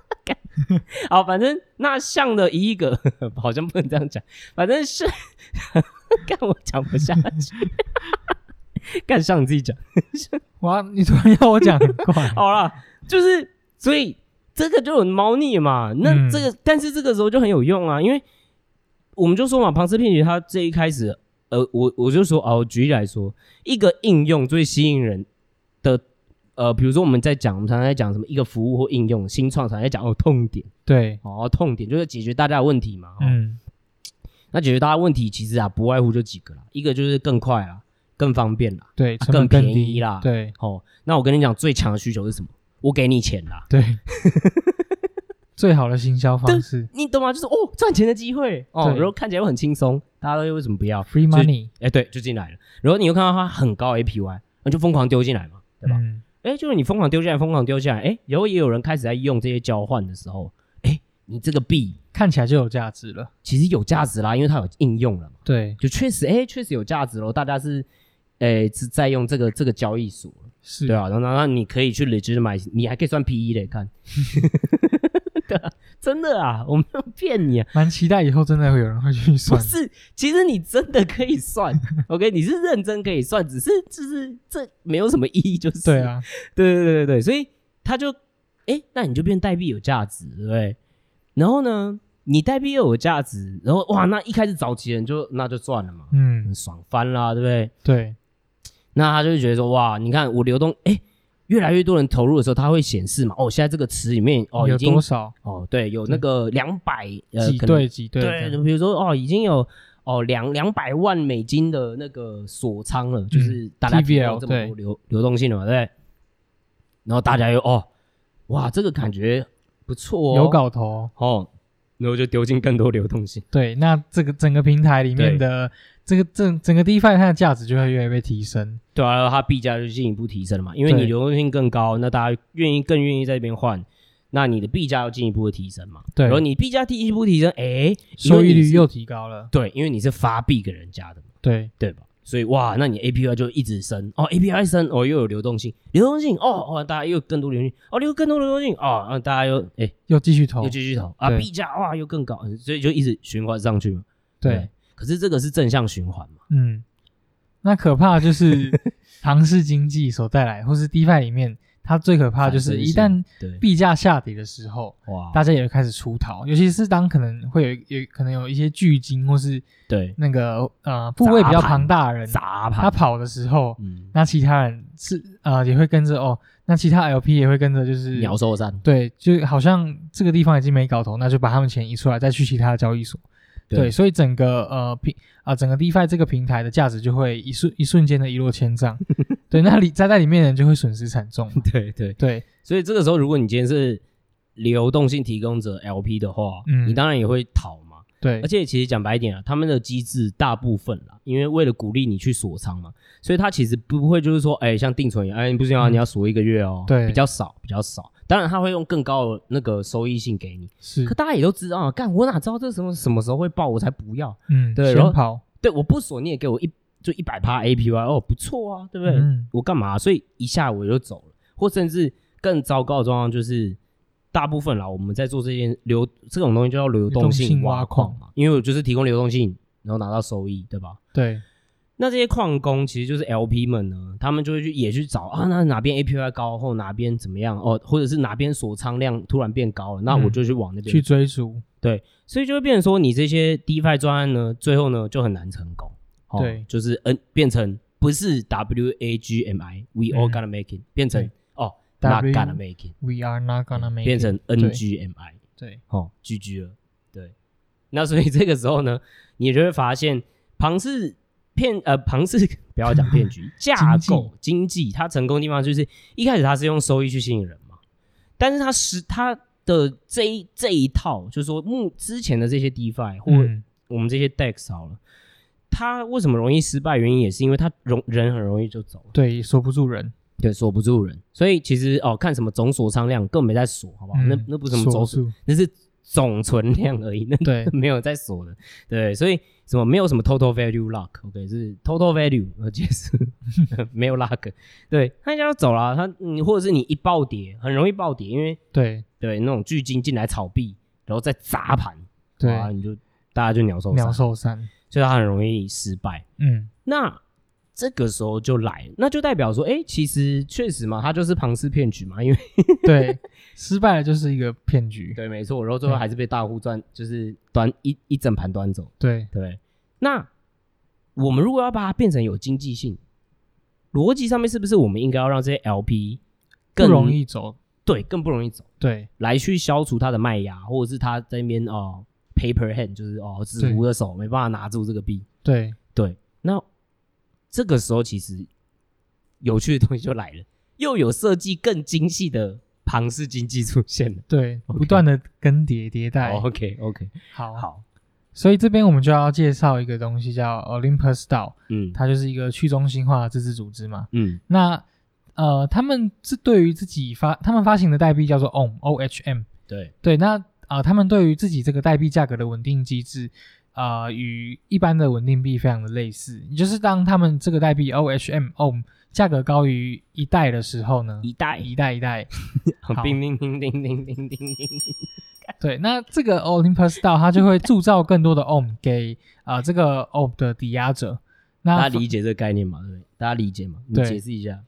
A: 好，反正那像的一亿个好像不能这样讲，反正是， [laughs] 干我讲不下去， [laughs] 干像你自己讲。，
B: 哇，你突然要我讲很怪
A: [laughs] 好啦，就是所以这个就有猫腻嘛。那
B: 嗯
A: 这个、但是这个时候就很有用啊，因为我们就说嘛，庞氏骗局它这一开始，呃，我我就说哦，举例来说，一个应用最吸引人的，呃，比如说我们在讲，我们常常在讲什么一个服务或应用新创，常常在讲哦痛点，
B: 对，
A: 哦痛点就是解决大家的问题嘛。哦
B: 嗯，
A: 那解决大家问题其实啊不外乎就几个啦，一个就是更快啦，更方便啦。
B: 对，
A: 啊
B: 成本
A: 更
B: 更
A: 便宜
B: 低
A: 啦
B: 对，
A: 哦，那我跟你讲，最强的需求是什么？我给你钱啦。 [laughs]
B: 对，最好的行销方式
A: 你懂吗？就是哦，赚钱的机会哦，
B: 对
A: 然后看起来又很轻松，大家都会为什么不要？
B: ，free
A: 所以
B: money，
A: 哎，对，就进来了。然后你又看到它很高 APY，那就疯狂丢进来嘛，对吧？
B: 嗯，
A: 哎、就是你疯狂丢进来，疯狂丢进来，哎，然后也有人开始在用这些交换的时候，哎，你这个币
B: 看起来就有价值了，
A: 其实有价值啦，因为它有应用了嘛，
B: 对，
A: 就确实，哎，确实有价值咯。大家是，哎，是在用这个这个交易所，
B: 是，
A: 对啊，然后然后你可以去累积买，你还可以算 PE 嘞， [laughs] 看，对啊，真的啊，我没有骗你啊。
B: 蛮期待以后真的会有人会去
A: 不
B: 算，
A: 是，其实你真的可以算
B: [laughs]
A: ，OK，你是认真可以算，只是就是这没有什么意义，就是
B: 对，啊，
A: 对对对对对，所以他就，哎，那你就变代币有价值，对不对？然后呢，你代币又有价值，然后哇，那一开始早期人就那就算了嘛，
B: 嗯
A: 很，爽翻啦，对不对？
B: 对，
A: 那他就会觉得说，哇，你看我流动，哎，越来越多人投入的时候，它会显示嘛，哦，现在这个池里面哦已
B: 有
A: 经
B: 多少
A: 哦对，有那个两百呃
B: 几
A: 可能
B: 对几对这
A: 对，
B: 样，
A: 比如说哦，已经有哦两两百万美金的那个锁仓
B: 嗯
A: 了，就是大家
B: TVL
A: 提到这么多
B: 对
A: 流流动性了嘛，对不对。然后大家又哦，哇，这个感觉不错哦，
B: 有搞头。
A: 哦，然后就丢进更多流动性。
B: 对，那这个整个平台里面
A: 对
B: 的这个整整个 DeFi 它的价值就会越来越提升。
A: 对啊，然后它币价就进一步提升了嘛，因为你
B: 对
A: 流动性更高，那大家愿意更愿意在这边换，那你的币价要进一步的提升嘛。
B: 对
A: 然后你币价进一步提升，哎，因
B: 收
A: 为
B: 益
A: 你
B: 率
A: 是
B: 又提高了。
A: 对，因为你是发币给人家的嘛。
B: 对，
A: 对吧？所以哇，那你 API 就一直升哦，API 升哦，又有流动性，流动性哦哦，大家又有更多流动性哦，又有更多流动性哦，啊，大家又哎、
B: 又继续投
A: 又。继续投啊，
B: 对
A: 币价哇又更高，嗯所以就一直循环上去嘛。
B: 对，，
A: 可是这个是正向循环嘛？ [laughs]
B: 嗯，那可怕的就是庞氏经济所带来，或是 DeFi 里面它最可怕的就
A: 反
B: 是
A: 身
B: 一
A: 性
B: 旦
A: 对
B: 币价下跌的时候，
A: 哇，
B: 大家也会开始出逃，尤其是当可能会有有可能有一些巨鲸或是
A: 对
B: 那个呃部位比
A: 砸
B: 较
A: 盘
B: 庞大的人，
A: 砸盘，
B: 他跑的时候，
A: 嗯，
B: 那其他人是呃也会跟着哦，那其他 LP 也会跟着就是
A: 鸟兽散，
B: 对，就好像这个地方已经没搞头，那就把他们钱移出来，再去其他的交易所。对，所以整个呃平啊、整个 DeFi 这个平台的价值就会一瞬一瞬间的一落千
A: [laughs]
B: 丈。对，那里在在里面的人就会损失惨重嘛。
A: 对 [laughs] 对，
B: [laughs] 对，
A: 所以这个时候，如果你今天是流动性提供者 LP 的话，
B: 嗯
A: 你当然也会逃嘛。
B: 对
A: 而，且其实讲白一点啊，他们的机制大部分啦，因为为了鼓励你去锁仓嘛，所以他其实不会就是说，哎、像定存一样，哎、你不行啊，
B: 嗯
A: 你要锁一个月哦，
B: 对
A: 比较少，比较少。当然他会用更高的那个收益性给你，
B: 是
A: 可，大家也都知道啊，干我哪知道这什么什么时候会爆，我才不要。
B: 嗯，
A: 对然后
B: 先跑，
A: 对，我不锁你也给我一就一百趴 APY，哦，不错啊，对不对？
B: 嗯
A: 我干嘛、所以一下我就走了，或甚至更糟糕的状况就是，大部分啦，我们在做这件流这种东西就叫流动
B: 流动
A: 性
B: 性挖
A: 挖矿
B: 矿
A: 嘛，因为我就是提供流动性，然后拿到收益，对吧？
B: 对，
A: 那这些矿工其实就是 LP 们呢，他们就会去也去找啊，那哪边 APY 高后哪边怎么样哦，或者是哪边锁仓量突然变高了，那我就嗯去往那边、
B: 去追逐，
A: 所以就会变成说，你这些 DeFi 专案呢，最后呢就很难成功。哦
B: 对
A: 就是 N 变成不是 W A G M I，We
B: 嗯
A: all gonna make it，变成
B: 对
A: 哦，Not
B: W-
A: gonna make it，
B: We are not gonna make it
A: 变成 N G M I，
B: 对，
A: 哦，GG 了。对，那所以这个时候呢，你就会发现庞氏骗呃庞氏 [laughs] 不要讲骗局，架构经济它成功的地方就是一开始它是用收益去吸引人嘛，但是它是它的这一这一套，就是说目之前的这些 DeFi 或
B: 嗯，
A: 我们这些 DEX 好了，它为什么容易失败？原因也是因为它容人很容易就走了，
B: 对，锁不住人，
A: 对，锁不住人。所以其实哦，看什么总锁仓量更没在锁，好不好？那
B: 嗯
A: 那不是什么总
B: 锁
A: 锁，
B: 住，
A: 那是总存量而已，那
B: 对
A: 没有在锁的。对，所以什么没有什么 total value lock，OK，、是 total value，呃，解释 [laughs] 没有 lock。对，他要走了，他你或者是你一暴跌，很容易暴跌，因为 [laughs]
B: 对
A: 对那种巨鲸进来炒币，然后再砸盘，
B: 对，
A: 哇你就大家就鸟兽
B: 鸟
A: 散，
B: 兽散，
A: 所以它很容易失败。
B: 嗯，
A: 那这个时候就来了，那就代表说，哎、其实确实嘛，它就是庞氏骗局嘛，因为
B: 对，失败了就是一个骗局，
A: 对，没错，然后最后还是被大户赚，就是端一一整盘端走，
B: 对，
A: [laughs] 对不对？那我们如果要把它变成有经济性，逻辑上面是不是我们应该要让这些 LP
B: 不
A: 更
B: 容易走，
A: 对更不容易走，
B: 对，
A: 来去消除它的卖压，或者是它在那边哦 paper hand，就是哦纸糊的手没办法拿住这个币，
B: 对，
A: 对，那这个时候其实有趣的东西就来了，又有设计更精细的庞氏经济出现了。
B: 对，
A: OK
B: 不断的更迭迭代，
A: 哦 OK OK，
B: 好，
A: 好，
B: 所以这边我们就要介绍一个东西叫 Olympus DAO，
A: 嗯
B: 它就是一个去中心化的自治组织嘛。
A: 嗯
B: 那呃，他们是对于自己发，他们发行的代币叫做 OM O H M，
A: 对，
B: 对，那啊、呃他们对于自己这个代币价格的稳定机制，啊，与一般的稳定币非常的类似，也就是当他们这个代币 O H M OM 价格高于一代的时候呢，
A: 一代
B: 一代一代，好
A: 叮叮叮叮叮叮叮叮叮，
B: 对，那这个 Olympus DAO 它就会铸造更多的 OM 给啊、呃这个 OM 的抵押者。
A: 大
B: 那
A: 家理解这个概念嘛？啊对不对？大家理解嘛？你
B: 对
A: 解释一下。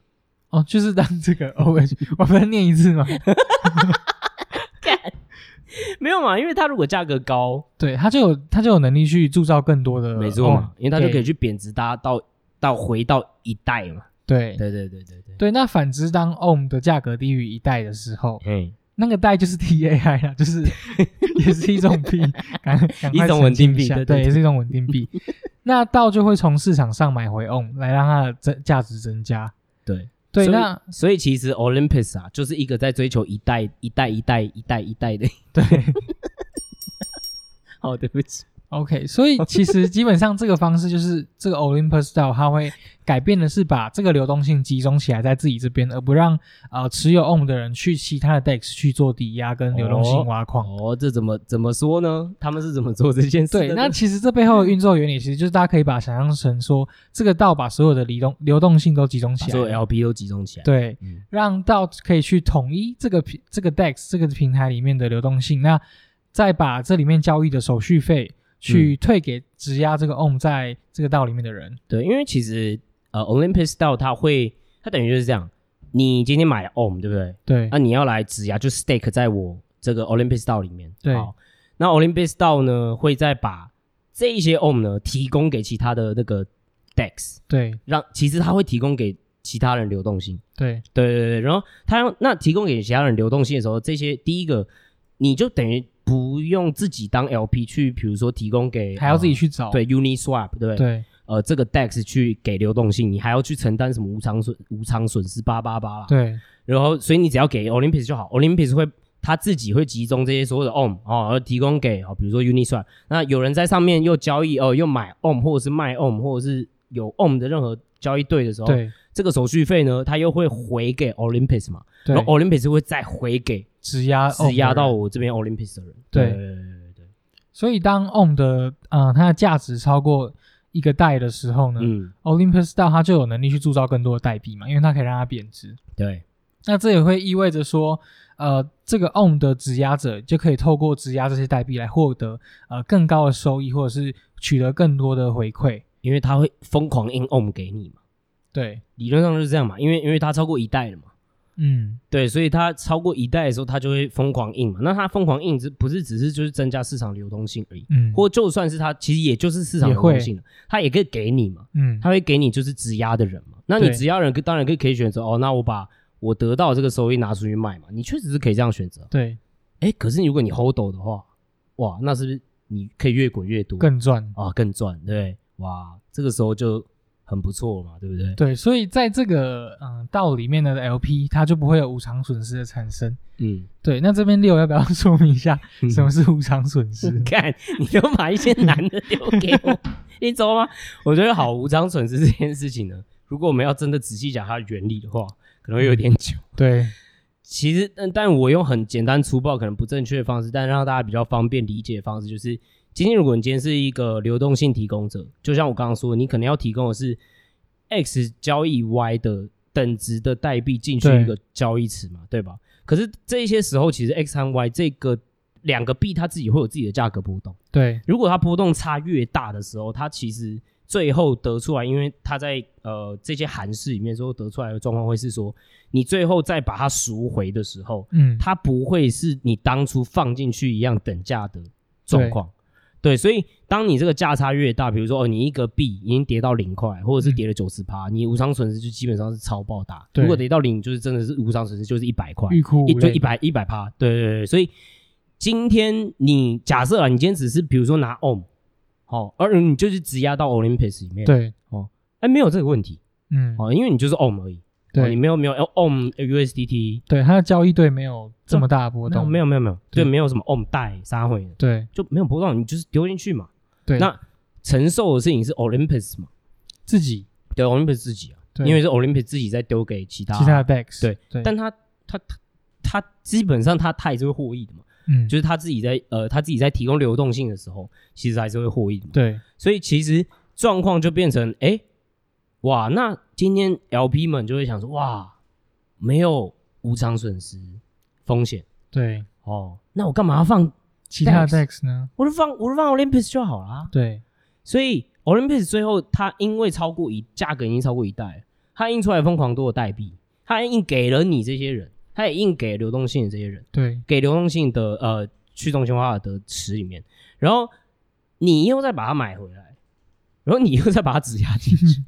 B: 哦，就是当这个 OH，我们再念一次嘛。
A: 没有嘛？因为它如果价格高，
B: [laughs] 对，它就有它就有能力去铸造更多的 OM，
A: 没错嘛，哦因为它就可以
B: 给
A: 去贬值搭到到回到一代嘛。
B: 对
A: 对对对对对，
B: 对。那反之，当 OM 的价格低于一代的时候，
A: 嗯，
B: 那个代就是 TAI 啦，就是
A: [laughs]
B: 也是一种币，赶赶快
A: 一种
B: 澄
A: 稳定
B: 清
A: 币
B: 下
A: 对对
B: 对，
A: 对
B: 也是一种稳定
A: [laughs]
B: 币。那道就会从市场上买回 OM 来让它的增价值增加。
A: 对。
B: 对，
A: 所以
B: 那
A: 所以其实 Olympus 啊，就是一个在追求一代一代一代一代一代的。 [laughs]
B: 对。
A: 哦，对不起。
B: OK，所以其实基本上这个方式就是 [laughs] 这个 Olympus DAO 它会改变的是把这个流动性集中起来在自己这边，而不让呃持有 OM 的人去其他的 DEX 去做抵押跟流动性挖矿。
A: 哦，这怎么怎么说呢？他们是怎么做这件事的
B: 对，
A: 呢？
B: 那其实这背后的运作原理其实就是大家可以把它想象成说，这个 DAO 把所有的流动流动性都集中
A: 把
B: 起
A: 所有
B: 来，
A: LP 都集中起来。，
B: 对，
A: 啊嗯，
B: 让 DAO 可以去统一这个平这个 DEX 这个平台里面的流动性，那再把这里面交易的手续费
A: 嗯
B: 去退给质押这个 OM 在这个 DAO 里面的人。
A: 对，因为其实呃，Olympus DAO 它会，它等于就是这样，你今天买了 OM 对不对？
B: 对
A: 那、，你要来质押，就 stake 在我这个 Olympus DAO 里面。
B: 对
A: 好，那 Olympus DAO 呢会再把这一些 OM 呢提供给其他的那个 DEX，
B: 对，
A: 让其实它会提供给其他人流动性。
B: 对，
A: 对对对，然后他用那提供给其他人流动性的时候，这些第一个你就等于不用自己当 LP 去，比如说提供给
B: 还要自己、
A: 呃
B: 去找。
A: 对 Uniswap 对不对？
B: 对
A: 呃，这个 DEX 去给流动性，你还要去承担什么无偿损无偿损失八八八啦。
B: 对
A: 然后所以你只要给 Olympus 就好，Olympus 会他自己会集中这些所有的 OM 哦，而提供给哦，比如说 Uniswap，那有人在上面又交易哦，又买 OM 或者是卖 OM 或者是有 OM 的任何交易对的时候，
B: 对
A: 这个手续费呢，它又会回给 Olympus 嘛，然后
B: 对，
A: Olympus 会再回给
B: 质押
A: 质押
B: own 的
A: 到
B: 人
A: 我这边 Olympus 的人。
B: 对
A: 对对对对，
B: 所以当 on 的呃它的价值超过一个代的时候呢、
A: 嗯，
B: o l y m p u s DAO 它就有能力去铸造更多的代币嘛，因为它可以让它贬值。
A: 对
B: 那这也会意味着说，呃，这个 on 的质押者就可以透过质押这些代币来获得呃更高的收益，或者是取得更多的回馈。
A: 因为它会疯狂印 OM 给你嘛，
B: 对，
A: 理论上就是这样嘛，因为因为它超过一代了嘛。
B: 嗯，
A: 对，所以它超过一代的时候，它就会疯狂印嘛。那它疯狂印，只不是只是就是增加市场流通性而已，
B: 嗯，
A: 或就算是它，其实也就是市场流
B: 也
A: 通
B: 会
A: 性了，它也可以给你嘛。
B: 嗯，
A: 他会给你就是质押的人嘛。那你
B: 对
A: 质押人当然可以可以选择哦，那我把我得到的这个收益拿出去卖嘛，你确实是可以这样选择。
B: 对
A: 哎，可是如果你 hold 的话，哇，那是不是你可以越滚越多，
B: 更赚。
A: 啊更赚，对不对？哇，这个时候就很不错嘛，对不对？
B: 对，所以在这个嗯道里面的 LP，它就不会有无偿损失的产生。 [laughs]
A: 嗯，
B: 对，那这边六要不要说明一下什么是无偿损失？
A: [laughs] 看你都把一些男的丢给我，你走吗？ [laughs] 我觉得好无偿损失这件事情呢，如果我们要真的仔细讲它的原理的话，可能会有点久。
B: 对，
A: 其实，但但我用很简单粗暴、可能不正确的方式，但让大家比较方便理解的方式，就是今天如果你今天是一个流动性提供者，就像我刚刚说，你可能要提供的是 X 交易 Y 的等值的代币进去
B: 对
A: 一个交易池嘛，对吧？可是这些时候，其实 X 和 Y 这个两个币它自己会有自己的价格波动，
B: 对，
A: 如果它波动差越大的时候，它其实最后得出来，因为它在呃这些函式里面最后得出来的状况会是说，你最后再把它赎回的时候，
B: 嗯，
A: 它不会是你当初放进去一样等价的状况。
B: 嗯
A: 对，所以当你这个价差越大，比如说哦，你一个币已经跌到零块，或者是跌了九十趴，你无偿损失就基本上是超爆大。
B: 嗯对
A: 如果跌到零，就是真的是无偿损失，就是一百块。
B: 欲哭
A: 一
B: 无
A: 就
B: 泪。
A: 一百一百趴，对对对，所以今天你假设啊，你今天只是比如说拿 OM，哦，而你就是质押到 Olympus 里面，，
B: 对，
A: 哎，没有这个问题，
B: 嗯，
A: 哦，因为你就是 OM 而已，哦你
B: 对，
A: 没有没有 OM USDT，
B: 对，它的交易对没有这么大的
A: 嗯
B: 波
A: 没有
B: 动，
A: 没有没有没有，对，
B: 对
A: 没有什么 OM 带杀回的，
B: 对
A: 就没有波动，你就是丢进去嘛，
B: 对，
A: 那承受的事情是 Olympus 嘛，
B: 自己
A: 对，Olympus 自己啊，
B: 对
A: 因为是 Olympus 自己在丢给其他，
B: 其他的 DEX，
A: 对
B: 对，
A: 但他他他他基本上他他也是会获益的嘛。
B: 嗯，
A: 就是他自己在呃他自己在提供流动性的时候，其实还是会获益的嘛。
B: 对
A: 所以其实状况就变成哎、诶哇，那今天 LP 们就会想说，哇，没有无偿损失风险
B: 对，
A: 哦，那我干嘛放？
B: 其他的 DEX 呢？
A: 我就放我就放 Olympus 就好啦。
B: 对
A: 所以 Olympus 最后它因为超过一价格已经超过一代了，它印出来疯狂多的代币，它印给了你这些人，它也印给流动性的这些人。
B: 对
A: 给流动性的呃去中心化的池里面，然后你又再把它买回来，然后你又再把它质押进 [laughs] 去，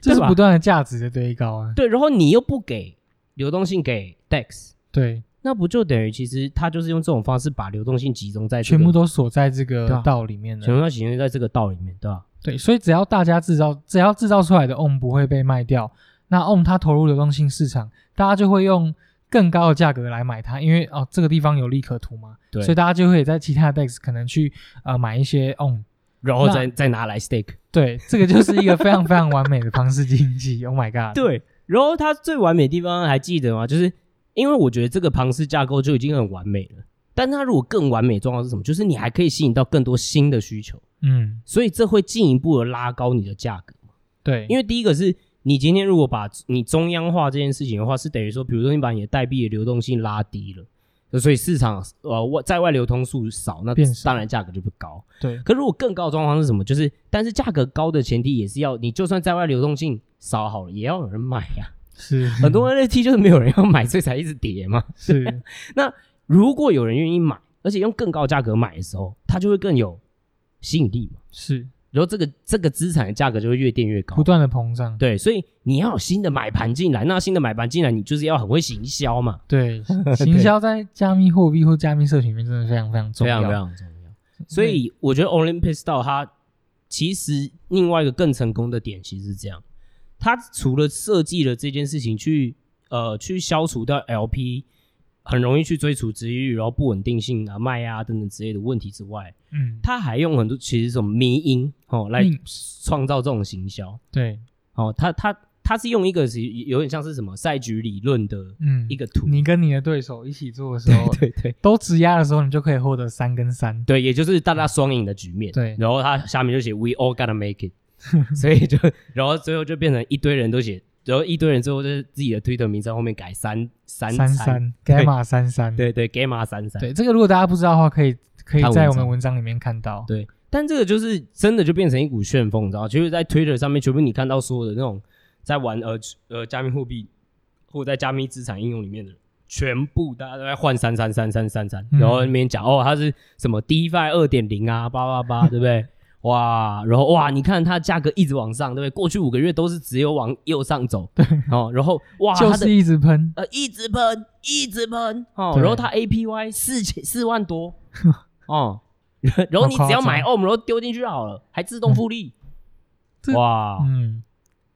B: 这是
A: 对吧
B: 不断的价值的堆高啊，
A: 对，然后你又不给流动性给 DEX，
B: 对，
A: 那不就等于其实他就是用这种方式把流动性集中在、这个
B: 全部都锁在这个
A: 对啊
B: 道里面
A: 全
B: 了。
A: 部都集中在这个道里面，对吧？
B: 对，所以只要大家制造，只要制造出来的 OM 不会被卖掉，那 OM 它投入流动性市场，大家就会用更高的价格来买它，因为哦这个地方有利可图嘛，
A: 对
B: 所以大家就会在其他的 DEX 可能去呃买一些 OM。
A: 然后
B: 那
A: 再再拿来 stake，
B: 对，这个就是一个非常非常完美的庞氏经济。Oh [laughs] my god！
A: 对，然后它最完美的地方还记得吗？就是因为我觉得这个庞氏架构就已经很完美了，但它如果更完美的状况是什么？就是你还可以吸引到更多新的需求。
B: 嗯，
A: 所以这会进一步的拉高你的价格，
B: 对，
A: 因为
B: 为
A: 第一个是你今天如果把你中央化这件事情的话，是等于说，比如说你把你的代币的流动性拉低了，那所以市场呃外在外流通数少，那
B: 变少
A: 当然价格就不高。
B: 对
A: 可如果更高的状况是什么？
B: [laughs]
A: 就是但是价格高的前提也是要你就算在外流动性少好了，也要有人买呀、啊
B: 是
A: 很多 NFT 就是没有人要买，所以 [laughs] 才一直跌嘛。 [laughs]
B: 是嗯
A: 如果有人愿意买，而且用更高价格买的时候，它就会更有吸引力嘛。
B: 是
A: 然后这个这个资产的价格就会越垫越高
B: 不。断的膨胀，
A: 对，所以你要有新的买盘进来，那新的买盘进来，你就是要很会行销嘛， [laughs]
B: 对，行销在加密货币或加密社群里面真的非常非常重要，
A: 常重要。所以我觉得 Olympus 到它其实另外一个更成功的点，其实是这样，它除了设计了这件事情去呃去消除掉 LP 很容易去追逐值利率，然后不稳定性啊、卖啊等等之类的问题之外，
B: 嗯，
A: 他还用很多其实什么迷音哦来
B: Memes
A: 创造这种行销
B: 对，
A: 哦，他他他是用一个是有点像是什么赛局理论的
B: 嗯
A: 一，个图，
B: 你跟你的对手一起做的时候，
A: 对对
B: 都质押的时候，你就可以获得三跟三，
A: 对，也就是大家双赢的局面。
B: 对
A: 然后他下面就写 We all gotta make it，所 [laughs] 以就然后最后就变成一堆人都写，然后一堆人最后就是自己的 Twitter 名称后面改三三
B: 三
A: 三，
B: 三，gamma 三三，
A: 对对，Gamma 三三。
B: 对，这个如果大家不知道的话，可以
A: 看
B: 可以
A: 文
B: 在我们
A: 章
B: 文章里面看到，
A: 对，但这个就是真的就变成一股旋风，你知道吗？就是在 Twitter 上面，全部你看到所有的那种在玩呃呃加密货币或者在加密资产应用里面的人，全部大家都在换三三三三三三，
B: 嗯
A: 然后那边讲哦，它是什么 DeFi 二点零啊，八八八，对不对？哇，然后哇，你看它价格一直往上，对不对？过去五个月都是只有往右上走，对哦，然后哇，
B: 就
A: 它的
B: 是一直喷，
A: 呃，一直喷，一直喷哦，
B: 对
A: 然后它 APY 四千四万
B: [laughs]
A: 多哦，然后你只要买
B: 好嗯
A: OM，然后丢进去就好了，还自动复利，
B: 这
A: 哇，
B: 嗯，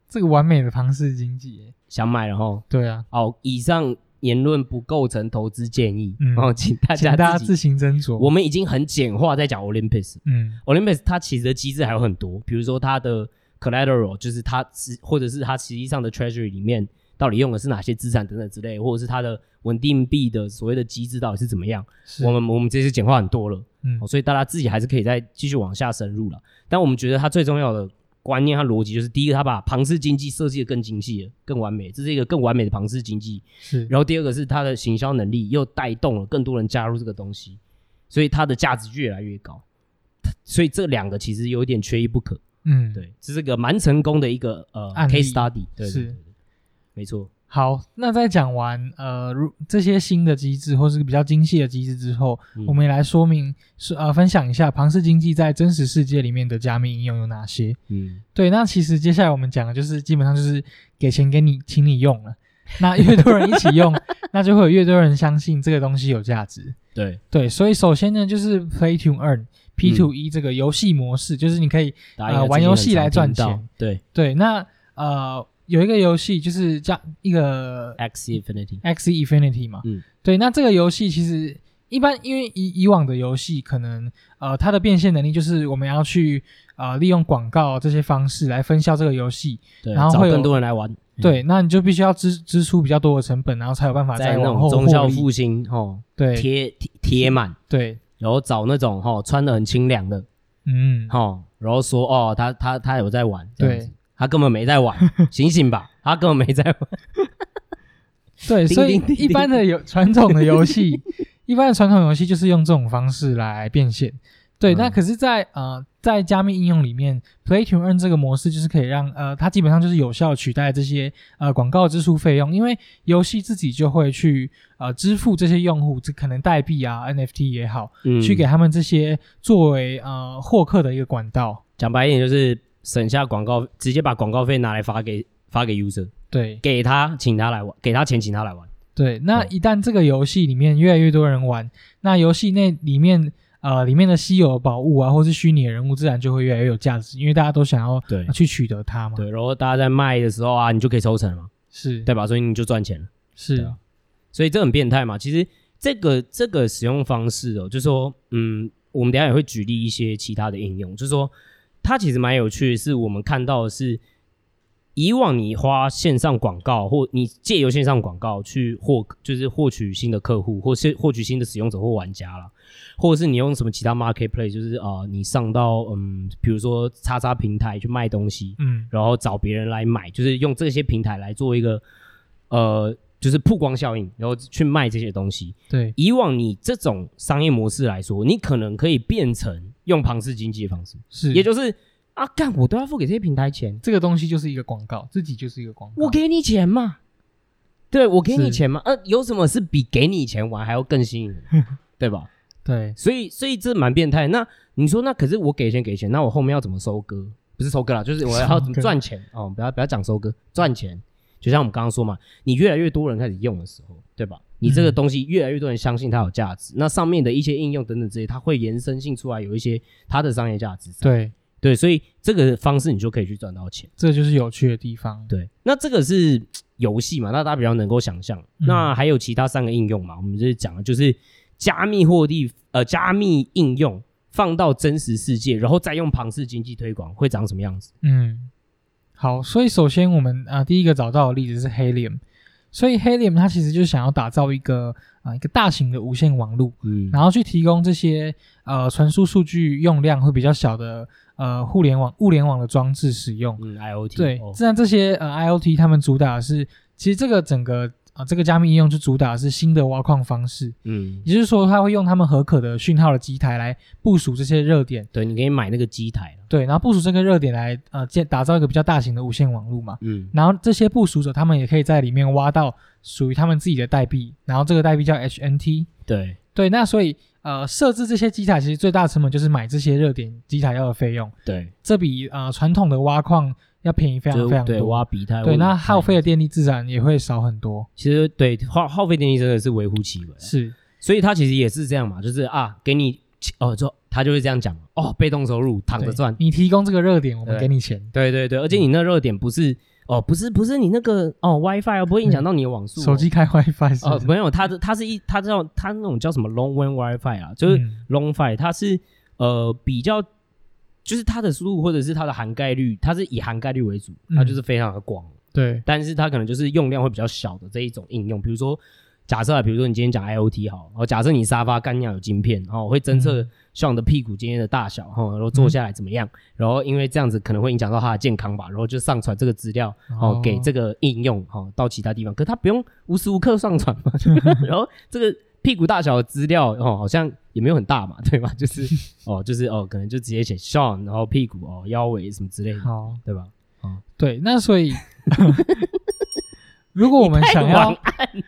B: 这个完美的庞氏经济耶，
A: 想买了哈。
B: 对啊，
A: 哦，以上言论不构成投资建议，
B: 嗯
A: 哦，请大
B: 请
A: 家
B: 大家
A: 自己。
B: 自行斟酌，
A: 我们已经很简化在讲 Olympus，
B: 嗯
A: Olympus 它其实的机制还有很多，比如说它的 collateral，就是它实或者是它实际上的 treasury 里面到底用的是哪些资产等等之类，或者是它的稳定币的所谓的机制到底是怎么样。
B: 是
A: 我们我们这次简化很多了、
B: 嗯
A: 哦所以大家自己还是可以再继续往下深入了。但我们觉得它最重要的观念和逻辑就是，第一个，它把庞氏经济设计的更精细了、更完美，这是一个更完美的庞氏经济。
B: 是
A: 然后第二个是它的行销能力又带动了更多人加入这个东西，所以它的价值越来越高。所以这两个其实有一点缺一不可，
B: 嗯
A: 对，这是个蛮成功的一个呃
B: 案例
A: case study，对对
B: 是
A: 对对没错，
B: 好，那在讲完呃如这些新的机制或是比较精细的机制之后，
A: 嗯
B: 我们也来说明是呃分享一下庞氏经济在真实世界里面的加密应用有哪些。
A: 嗯，
B: 对，那其实接下来我们讲的就是基本上就是给钱给你，请你用了。那越多人一起用， [laughs] 那就会有越多人相信这个东西有价值。
A: 对，
B: 对，所以首先呢，就是 play to earn P to E 这个游戏模式，就是你可以
A: 大家应该
B: 呃玩
A: 最近
B: 游戏
A: 很常
B: 来赚
A: 听到
B: 钱，
A: 对
B: 对那呃有一个游戏就是加一个
A: ，X Infinity，
B: X Infinity 嘛，
A: 嗯
B: 对，那这个游戏其实一般因为以以往的游戏可能呃它的变现能力就是我们要去呃利用广告这些方式来分销这个游戏，
A: 对，
B: 然后
A: 找
B: 会有
A: 更多人来玩，嗯
B: 对，那你就必须要支支出比较多的成本，然后才有办法
A: 在
B: 再
A: 那
B: 往
A: 种
B: 后
A: 忠孝
B: 获利，
A: 复兴哦，
B: 对
A: 贴贴贴满，
B: 对，
A: 然后找那种哦穿的很清凉的
B: 嗯，
A: 哦，然后说哦他他他有在玩，这样
B: 对
A: 子，他根本没在玩，醒醒吧，他根本没在玩。
B: 对，
A: 叮
B: 所以
A: 叮叮
B: 一
A: 叮
B: 般的游传统的
A: [laughs]
B: 游戏，一般的传统游戏就是用这种方式来变现。对，
A: 嗯
B: 那可是在，呃，在加密应用里面，Play to Earn 这个模式就是可以让呃，它基本上就是有效取代这些呃广告支出费用，因为游戏自己就会去呃支付这些用户，这可能代币啊、NFT 也好，
A: 嗯
B: 去给他们这些作为呃获客的一个管道。
A: 讲白一点就是省下广告，直接把广告费拿来发给发给 user，
B: 对
A: 给他请他来玩，给他钱请他来玩。
B: 对，那
A: 对
B: 一旦这个游戏里面越来越多人玩，那游戏内里面呃里面的稀有宝物啊，或是虚拟的人物，自然就会越来越有价值，因为大家都想要
A: 对
B: 呃去取得它嘛。，
A: 对，然后大家在卖的时候啊，你就可以抽成了嘛，
B: 是，
A: 对吧？所以你就赚钱了。对
B: 是
A: 啊，所以这很变态嘛。其实这个这个使用方式哦，就说嗯，我们等一下也会举例一些其他的应用，就是说它其实蛮有趣的是，我们看到的是以往你花线上广告或你借由线上广告去获，就是获取新的客户，或是获取新的使用者或玩家啦，或者是你用什么其他 marketplace，就是啊、呃你上到嗯，比如说叉叉平台去卖东西，
B: 嗯，
A: 然后找别人来买，就是用这些平台来做一个呃，就是曝光效应，然后去卖这些东西。
B: 对，
A: 以往你这种商业模式来说，你可能可以变成用庞氏经济的方式，
B: 是，
A: 也就是啊，干我都要付给这些平台钱，
B: 这个东西就是一个广告，自己就是一个广告。
A: 我给你钱嘛，对我给你
B: 是
A: 钱吗？呃，有什么是比给你钱玩还要更吸引
B: [laughs]
A: 人，对吧？
B: 对，
A: 所以所以这蛮变态。那你说，那可是我给钱给钱，那我后面要怎么收割？不是收割啦，就是我要
B: 收割
A: 怎么赚钱哦，不要不要讲收割，赚钱。就像我们刚刚说嘛，你越来越多人开始用的时候，对吧？你这个
B: 嗯
A: 东西越来越多人相信它有价值，那上面的一些应用等等这些，它会延伸性出来有一些它的商业价值。
B: 对，
A: 对，所以这个方式你就可以去赚到钱。
B: 这就是有趣的地方。
A: 对，那这个是游戏嘛，那大家比较能够想象。
B: 嗯
A: 那还有其他三个应用嘛？我们就是讲的就是加密货币，呃，加密应用放到真实世界，然后再用庞氏经济推广，会长什么样子？
B: 嗯，好，所以首先我们啊、呃第一个找到的例子是 Helium，所以 Helium 它其实就是想要打造一个啊、呃一个大型的无线网络，
A: 嗯
B: 然后去提供这些呃传输数据用量会比较小的呃互联网物联网的装置使用。
A: 嗯，IoT
B: 对
A: 哦，
B: 自然这些呃 IOT 他们主打的是，其实这个整个啊、呃这个加密应用就主打的是新的挖矿方式，
A: 嗯，
B: 也就是说它会用他们合可的讯号的机台来部署这些热点，
A: 对，你可以买那个机台了
B: 对，然后部署这个热点来呃建打造一个比较大型的无线网络嘛。
A: 嗯
B: 然后这些部署者他们也可以在里面挖到属于他们自己的代币，然后这个代币叫 HNT。
A: 对，
B: 对，那所以呃设置这些机台其实最大成本就是买这些热点机台要的费用，
A: 对，
B: 这比呃传统的挖矿要便宜非常
A: 就
B: 非常
A: 对嗯
B: 多。啊
A: 挖鼻胎，
B: 对，那耗
A: 耗
B: 费的电力自然也会少很多。
A: 其实对耗耗费电力真的是微乎其微啊，
B: 是，
A: 所以他其实也是这样嘛，就是啊，给你哦，就他就会这样讲哦，被动收入躺着
B: 对
A: 赚，
B: 你提供这个热点，我们
A: 对
B: 给你钱。
A: 对对对，而且你那热点不是哦，不是不是你那个哦 WiFi 哦，不会影响到你的网速哦、
B: 手机开 WiFi 是
A: 哦
B: 不是
A: 没有，它这它是一它这种它那种叫什么 long w a n WiFi 啊，就是
B: 嗯
A: long fi，它是呃比较就是它的速度或者是它的涵盖率，它是以涵盖率为主，
B: 嗯
A: 它就是非常的广，
B: 对，
A: 但是它可能就是用量会比较小的这一种应用，比如说。假设啊，比如说你今天讲 IOT 好，哦，假设你沙发干样有晶片，哦，会侦测
B: 嗯
A: 像你的屁股今天的大小哈，然后坐下来怎么样，然后因为这样子可能会影响到他的健康吧，然后就上传这个资料哦
B: 哦
A: 给这个应用哈、哦、到其他地方，可他不用无时无刻上传
B: [laughs]
A: 嘛，然后这个屁股大小的资料哦好像也没有很大嘛，对吧？就是 [laughs] 哦就是哦可能就直接写 Sean，然后屁股哦腰围什么之类的，
B: 好，
A: 对吧？
B: 对，那所
A: [laughs]
B: 以如果我们
A: 太
B: 想
A: 晚
B: 要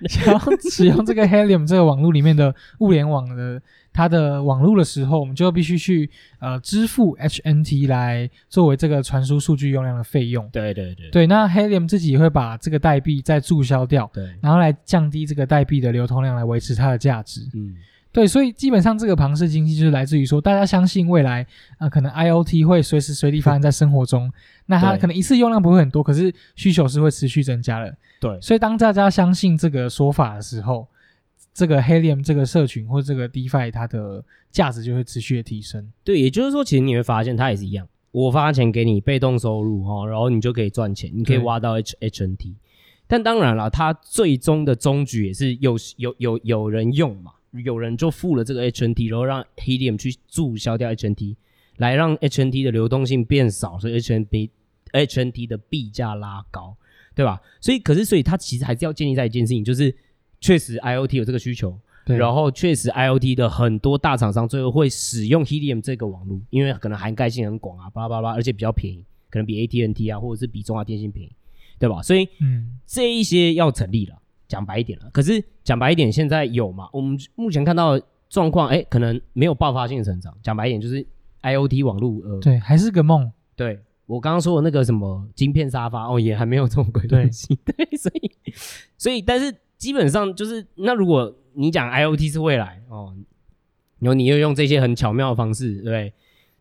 B: 想要使用这个 Helium 这个网络里面的物联网的它的网络的时候，我们就必须去呃支付 HNT 来作为这个传输数据用量的费用。
A: 对对对
B: 对，那 Helium 自己会把这个代币再注销掉，
A: 对，
B: 然后来降低这个代币的流通量，来维持它的价值。
A: 嗯
B: 对，所以基本上这个庞氏经济就是来自于说，大家相信未来啊、呃可能 IOT 会随时随地发生在生活中，那它
A: 对
B: 可能一次用量不会很多，可是需求是会持续增加的。
A: 对
B: 所以当大家相信这个说法的时候，这个 Helium 这个社群或这个 DeFi 它的价值就会持续的提升。
A: 对，也就是说，其实你会发现它也是一样，我发钱给你，被动收入哈、哦，然后你就可以赚钱，你可以
B: 对
A: 挖到 H H N T。但当然了，它最终的终局也是有有有有人用嘛，有人就付了这个 H N T，然后让 Helium 去注销掉 H N T，来让 H N T 的流动性变少，所以 H N T H N T 的币价拉高，对吧？所以可是所以它其实还是要建立在一件事情，就是确实 I O T 有这个需求，
B: 对，
A: 然后确实 IOT 的很多大厂商最后会使用 Helium 这个网络，因为可能涵盖性很广啊，巴拉巴拉，而且比较便宜，可能比 AT&T 啊或者是比中华电信便宜，对吧？所以
B: 嗯，
A: 这一些要成立了，讲白一点了。可是讲白一点，现在有嘛？我们目前看到的状况，哎，可能没有爆发性成长。讲白一点，就是 IOT 网络，呃，
B: 对，还是个梦。
A: 对我刚刚说的那个什么晶片沙发，哦，也还没有这种鬼东西。 [laughs] 对，所以所以但是基本上就是，那如果你讲 IOT 是未来哦，然后你又用这些很巧妙的方式，对不对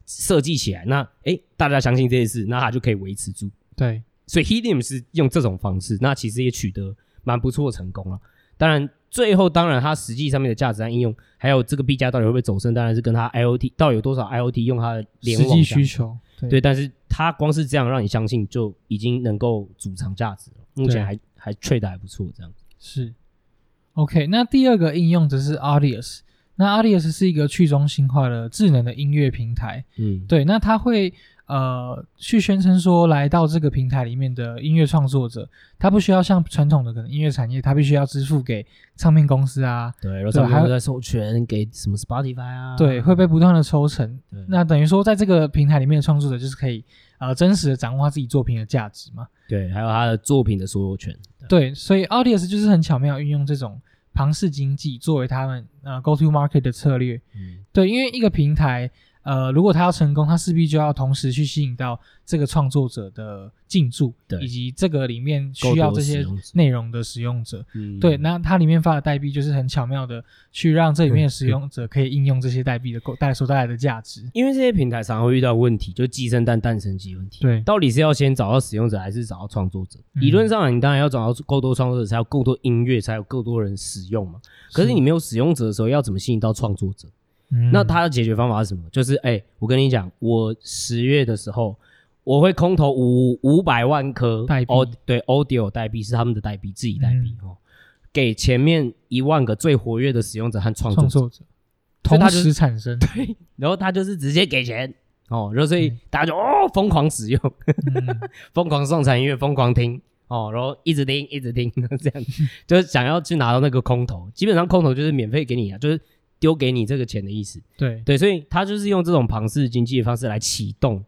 A: 设计起来，那诶大家相信这件事，那它就可以维持住。
B: 对，
A: 所以 Helium 是用这种方式，那其实也取得蛮不错的成功了。当然，最后当然它实际上面的价值和应用，还有这个币价到底会不会走升，当然是跟它 IOT 到底有多少 IOT 用它的联
B: 实
A: 网
B: 际
A: 相关
B: 需求。对，
A: 对，但是它光是这样让你相信，就已经能够主场价值了。目前
B: 对
A: 还还 trade 得还不错，这样。
B: 是。OK，那第二个应用则是 Audius。那 Audius 是一个去中心化的智能的音乐平台。
A: 嗯，
B: 对，那它会呃去宣称说，来到这个平台里面的音乐创作者，他不需要像传统的可能音乐产业，他必须要支付给唱片公司啊，
A: 对，然后他
B: 还
A: 们
B: 有
A: 又在授权给什么 Spotify 啊，
B: 对，会被不断的抽成。
A: 对
B: 那等于说，在这个平台里面的创作者就是可以呃真实的掌握他自己作品的价值嘛。
A: 对，还有他的作品的所有权，
B: 对，所以 Audius 就是很巧妙运用这种庞氏经济作为他们呃 go to market 的策略。
A: 嗯，
B: 对，因为一个平台，呃，如果它要成功，它势必就要同时去吸引到这个创作者的进驻，
A: 对
B: 以及这个里面需要这些
A: 够多使用者
B: 内容的使用者。
A: 嗯
B: 对，那它里面发的代币就是很巧妙的去让这里面的使用者可以应用这些代币的购带所带来的价值。
A: 因为这些平台常常会遇到问题，就寄生蛋诞生鸡问题。
B: 对
A: 到底是要先找到使用者，还是找到创作者？
B: 嗯
A: 理论上，你当然要找到够多创作者，才有够多音乐，才有够多人使用嘛。可是你没有使用者的时候，要怎么吸引到创作者？
B: 嗯
A: 那它的解决方法是什么？就是哎、我跟你讲，我十月的时候，我会空投五五百万颗
B: 代币嗯
A: 哦，对，Audio 代币是他们的代币，自己代币、哦，给前面一万个最活跃的使用者和创作
B: 创
A: 者，
B: 作者
A: 所以
B: 同
A: 它就是
B: 时产生，
A: 然后他就是直接给钱哦，然后所以
B: 嗯
A: 大家就哦疯狂使用， [laughs]
B: 嗯
A: 疯狂上传音乐，疯狂听哦，然后一直听，一直听， [laughs] 这样就是想要去拿到那个空投。基本上空投就是免费给你啊，就是丢给你这个钱的意思。
B: 对，
A: 对，所以他就是用这种庞氏经济的方式来启动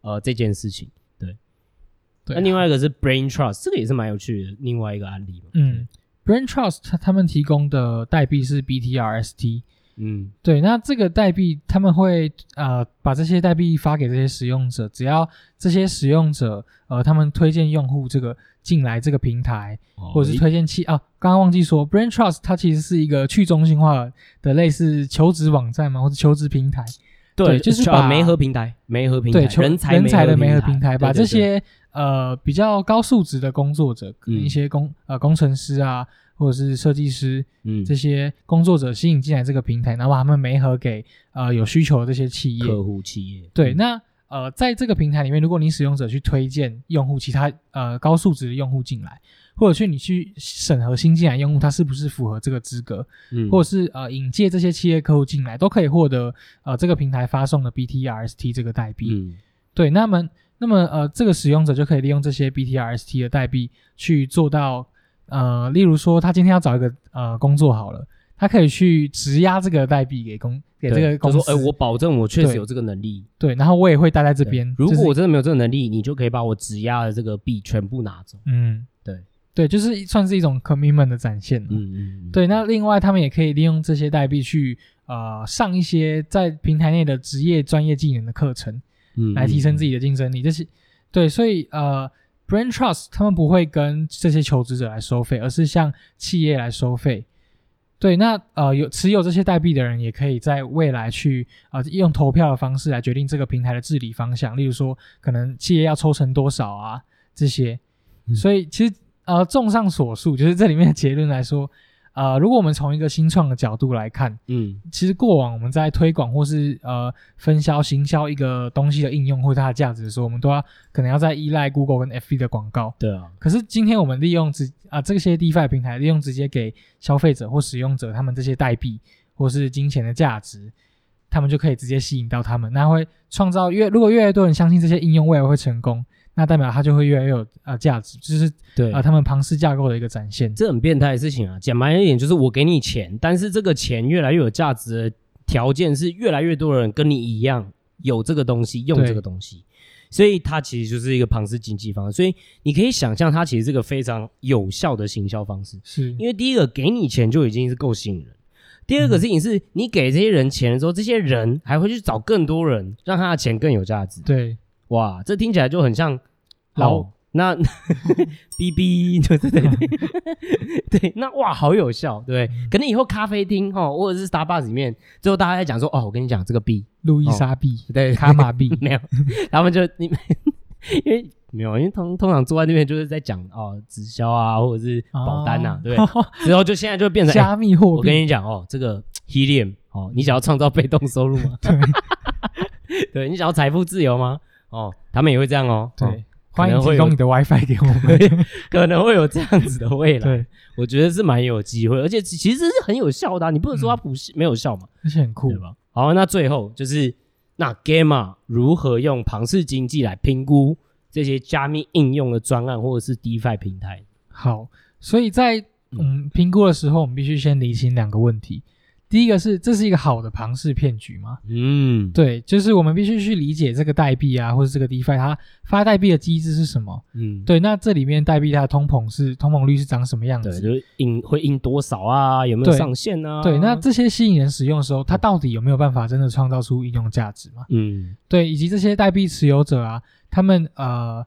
A: 呃这件事情。
B: 对
A: [laughs]
B: 啊
A: 那另外一个是 Brain Trust，这个也是蛮有趣的另外一个案例嘛。
B: 嗯，Brain Trust 他他们提供的代币是 BTRST，
A: 嗯，
B: 对，那这个代币他们会呃把这些代币发给这些使用者，只要这些使用者呃他们推荐用户这个进来这个平台，或者
A: 哦
B: 是推荐器啊，刚刚忘记说，Brain Trust 它其实是一个去中心化的类似求职网站嘛，或者求职平台，
A: 对，
B: 对就是
A: 啊
B: 把
A: 媒合平台，媒合平台，
B: 对，求
A: 人才
B: 人才的媒合平
A: 台，
B: 台，把
A: 对
B: 这
A: 对对
B: 些呃比较高素质的工作者，可能
A: 嗯
B: 一些工呃工程师啊，或者是设计师，
A: 嗯
B: 这些工作者吸引进来这个平台，然后把他们媒合给呃有需求的这些企业。
A: 客户企业
B: 对，那呃，在这个平台里面，如果你使用者去推荐用户，其他呃高素质的用户进来，或者去你去审核新进来用户，他是不是符合这个资格，
A: 嗯
B: 或者是呃引介这些企业客户进来，都可以获得呃这个平台发送的 BTRST 这个代币。
A: 嗯
B: 对，那么那么呃，这个使用者就可以利用这些 BTRST 的代币去做到呃，例如说他今天要找一个呃工作好了，他可以去质押这个代币给公给这
A: 对
B: 个公
A: 就
B: 司，
A: 说，哎，我保证我确实
B: 对
A: 有这个能力。
B: 对，然后我也会待在这
A: 对
B: 边。
A: 如
B: 就
A: 果
B: 是
A: 我真的没有这个能力，你就可以把我质押的这个币全部拿走。
B: 嗯，
A: 对
B: 对，就是算是一种 commitment 的展现。嗯，
A: 嗯嗯，
B: 对。那另外，他们也可以利用这些代币去呃上一些在平台内的职业专业技能的课程。
A: 嗯
B: 来提升自
A: 己。
B: 己的竞争力。这是对，所以呃，Brain Trust 他们不会跟这些求职者来收费，而是向企业来收费。对，那呃有持有这些代币的人，也可以在未来去呃用投票的方式来决定这个平台的治理方向，例如说可能企业要抽成多少啊这些。
A: 嗯
B: 所以其实呃，综上所述，就是这里面的结论来说，呃，如果我们从一个新创的角度来看，
A: 嗯
B: 其实过往我们在推广或是呃分销、行销一个东西的应用或它的价值的时候，我们都要可能要在依赖 Google 跟 FB 的广告。
A: 对啊，
B: 可是今天我们利用直啊、这些 DeFi 平台，利用直接给消费者或使用者他们这些代币或是金钱的价值，他们就可以直接吸引到他们，那会创造越如果越来越多人相信这些应用未来会成功，那代表它就会越来越有呃价值，就是
A: 对
B: 呃他们庞氏架构的一个展现。
A: 这很变态的事情啊！讲白一点，就是我给你钱，但是这个钱越来越有价值的条件是，越来越多人跟你一样有这个东西，用
B: 对
A: 这个东西，所以它其实就是一个庞氏经济方式。所以你可以想象，它其实是个非常有效的行销方式。
B: 是，
A: 因为第一个给你钱就已经是够吸引人，第二个事情是你给这些人钱的时候，这些人还会去找更多人，让他的钱更有价值。
B: 对，
A: 哇，这听起来就很像
B: 老
A: 哦
B: [laughs]
A: 那 B B 对对对对对，那哇好有效，对
B: 嗯
A: 不对，可能以后咖啡厅哈、哦，或者是 Starbucks 里面，最后大家在讲说哦，我跟你讲这个 B
B: 路易莎币、
A: 对，
B: 卡玛币
A: 没有，他们就你们因为没有，因为通通常坐在那边就是在讲哦直销啊，或者是保单啊，
B: 哦 [laughs]
A: 对不对，之后就现在就变成、哎
B: 加密货
A: 我跟
B: 币，
A: 你讲哦，这个 helium 哦，你想要创造被动收入吗？
B: 对
A: [laughs] 对你想要财富自由吗？哦，他们也会这样哦，哦
B: 对，欢
A: 可
B: 迎
A: 能会
B: 提
A: 有
B: 供你的 WiFi 给我们。 [laughs]
A: 可能会有这样子的未来。
B: 对，
A: 我觉得是蛮有机会，而且其
B: 嗯
A: 其实是很有效的啊、你不能说它不是、没有效嘛，
B: 而且很酷
A: 对。吧？好，那最后就是，那 Gamma 如何用庞氏经济来评估这些加密应用的专案或者是 DeFi 平台？
B: 好，所以在嗯评估的时候，我们必须先厘清两个问题。第一个是，这是一个好的庞氏骗局吗？
A: 嗯，
B: 对，就是我们必须去理解这个代币啊，或者这个 DeFi 它发代币的机制是什么。
A: 嗯，
B: 对，那这里面代币它的通膨是通膨率是长什么样
A: 对，
B: 子？
A: 就是印会印多少啊？有没有
B: 对
A: 上限啊？
B: 对，那这些吸引人使用的时候，它到底有没有办法真的创造出应用价值嘛？
A: 嗯
B: 对，以及这些代币持有者啊，他们呃，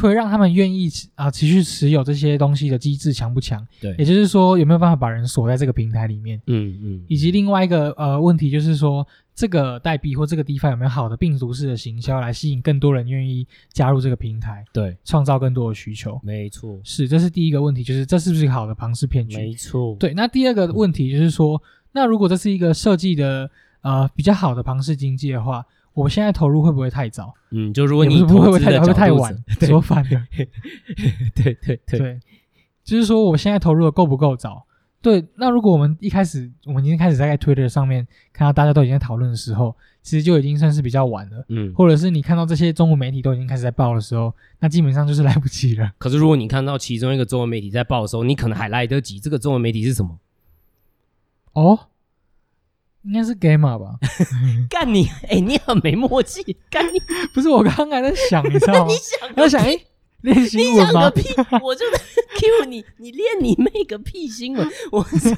B: 会让他们愿意啊、持续持有这些东西的机制强不强？
A: 对
B: 也就是说，有没有办法把人锁在这个平台里面？
A: 嗯嗯
B: 以及另外一个呃问题就是说，这个代币或这个 DeFi 有没有好的病毒式的行销来吸引更多人愿意加入这个平台，
A: 对，
B: 创造更多的需求？
A: 没错
B: 是，这是第一个问题，就是这是不是一个好的庞氏骗局？
A: 没错，
B: 对，那第二个问题就是说，那如果这是一个设计的呃比较好的庞氏经济的话，我现在投入会不会太早？
A: 嗯，就如果
B: 也
A: 你
B: 不是会不
A: 投
B: 会
A: 资
B: 太
A: 的
B: 早会不
A: 角
B: 会太
A: 度
B: 晚？
A: 对
B: 说反了，
A: 对对对，
B: 对，就是说我现在投入的够不够早？对，那如果我们一开始，我们已经开始在 Twitter 上面看到大家都已经在讨论的时候，其实就已经算是比较晚了。
A: 嗯。
B: 或者是你看到这些中国媒体都已经开始在报的时候，那基本上就是来不及了。
A: 可是如果你看到其中一个中文媒体在报的时候，你可能还来得及。这个中文媒体是什么？
B: 哦，应该是 Gamma 吧？ [laughs]
A: 干你！ [laughs] 哎、你很没默契。干你！
B: 不是，我刚刚还在想，你知道吗？
A: 想
B: 我在
A: [laughs]
B: 哦想，哎，练习
A: 你
B: 文
A: 想
B: 吗
A: 个？屁！我就是 [laughs] Q 你，你练你妹个屁新闻！我是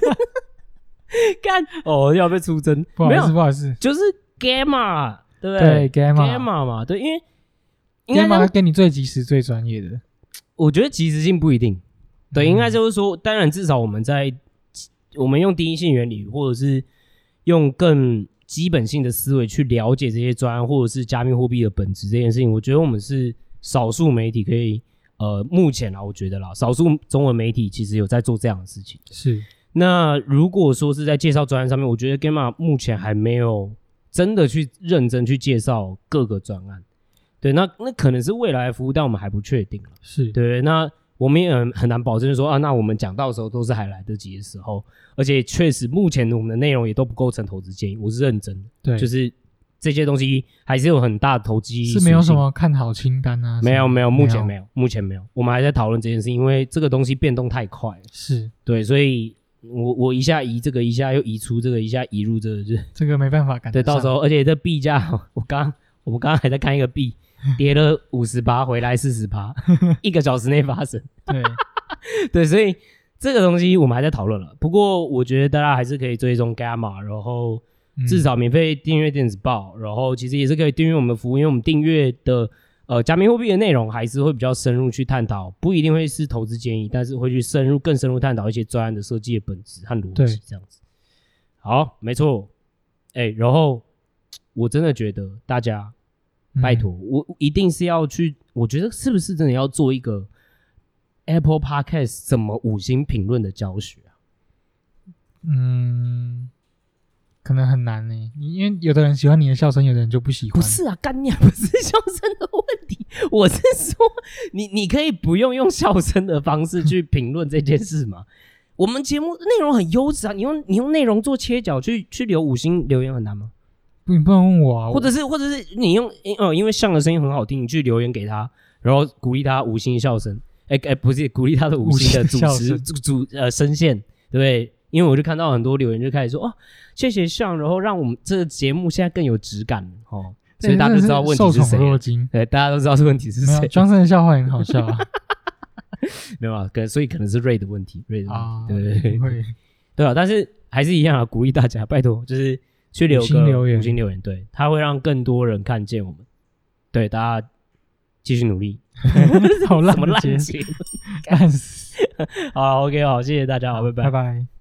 A: 干哦，要被出征，
B: 不好
A: 没
B: 意思，
A: 有，
B: 不好意思
A: 就是 Gamma，对不对
B: 对，Gamma
A: Gamma 嘛，对，因为应该这
B: ，Gamma
A: 样，
B: 跟你最及时、最专业的。
A: 我觉得及时性不一定，对，
B: 嗯
A: 应该就是说，当然至少我们在我们用第一性原理，或者是用更基本性的思维去了解这些专案或者是加密货币的本质这件事情，我觉得我们是少数媒体可以。呃，目前啊，我觉得啦，少数中文媒体其实有在做这样的事情。
B: 是，
A: 那如果说是在介绍专案上面，我觉得 Gamma 目前还没有真的去认真去介绍各个专案。对，那那可能是未来的服务，但我们还不确定啦
B: 是，
A: 对，那我们也很很难保证说啊，那我们讲到的时候都是还来得及的时候，而且确实目前我们的内容也都不构成投资建议，我是认真的，
B: 对，
A: 就是这些东西还是有很大的投机
B: 是没有
A: 属
B: 什
A: 性。
B: 么看好清单啊？
A: 没有没有，目前没
B: 有。
A: 有，目前没有，我们还在讨论这件事，因为这个东西变动太快了，
B: 是
A: 对，所以我我一下移这个，一下又移出这个，一下移入这个，就是
B: 这个没办法赶得
A: 对，到
B: 上
A: 时候而且这币价， [laughs] 我刚我们刚刚还在看一个币跌了五十八，回来四十
B: [laughs]
A: 八，一个小时内发生， [laughs]
B: 对，
A: 对，所以这个东西我们还在讨论了。不过我觉得大家还是可以追踪 Gamma，然后
B: 嗯
A: 至少免费订阅电子报，然后其实也是可以订阅我们的服务，因为我们订阅的呃加密货币的内容还是会比较深入去探讨，不一定会是投资建议，但是会去深入更深入探讨一些专案的设计的本质和逻
B: 对
A: 辑这样子。好，没错，哎、然后我真的觉得大家
B: 嗯
A: 拜托，，我一定是要去。我觉得是不是真的要做一个 Apple Podcast 怎么五星评论的教学啊？
B: 嗯嗯，可能很难呢。你因为有的人喜欢你的笑声，有的人就不喜欢。
A: 不，是啊，干你啊不是笑声的问题，我是说你你可以不用用笑声的方式去评论这件事吗？我们节目内容很优质啊，你用你用内容做切角去去留五星留言很难吗？
B: 不，你不能问我啊。
A: 或者是或者是你用呃，因为像的声音很好听，你去留言给他，然后鼓励他五星笑声，哎、哎、不是鼓励他的五星的主
B: 五星笑
A: 持
B: 声
A: 主主呃声线，对不对？因为我就看到很多留言就开始说哦，谢谢像，然后让我们这个节目现在更有质感哦，
B: 对
A: 所以大家都知道
B: 真的
A: 问
B: 受
A: 题是谁
B: 宠若
A: 了，
B: 惊。
A: 对，大家都知道这问题是
B: 没
A: [laughs]
B: 有
A: 谁，
B: ，Johnson 的笑话也很好笑
A: [laughs]
B: 啊
A: 没有啊？可能所以可能是瑞的问题，瑞的问题，
B: 啊，
A: 对对对
B: 不会
A: 对啊，但是还是一样啊，鼓励大家，拜托，就是去留个
B: 五星留言
A: 五星留言，对，它会让更多人看见我们。对，大家继续努力，
B: 好
A: [laughs]
B: 烂
A: 什么
B: 的
A: 烂啊
B: 节目，
A: 结论？
B: 烂死。
A: [laughs] 好，OK，好，谢谢大家，好，拜拜
B: 拜。拜。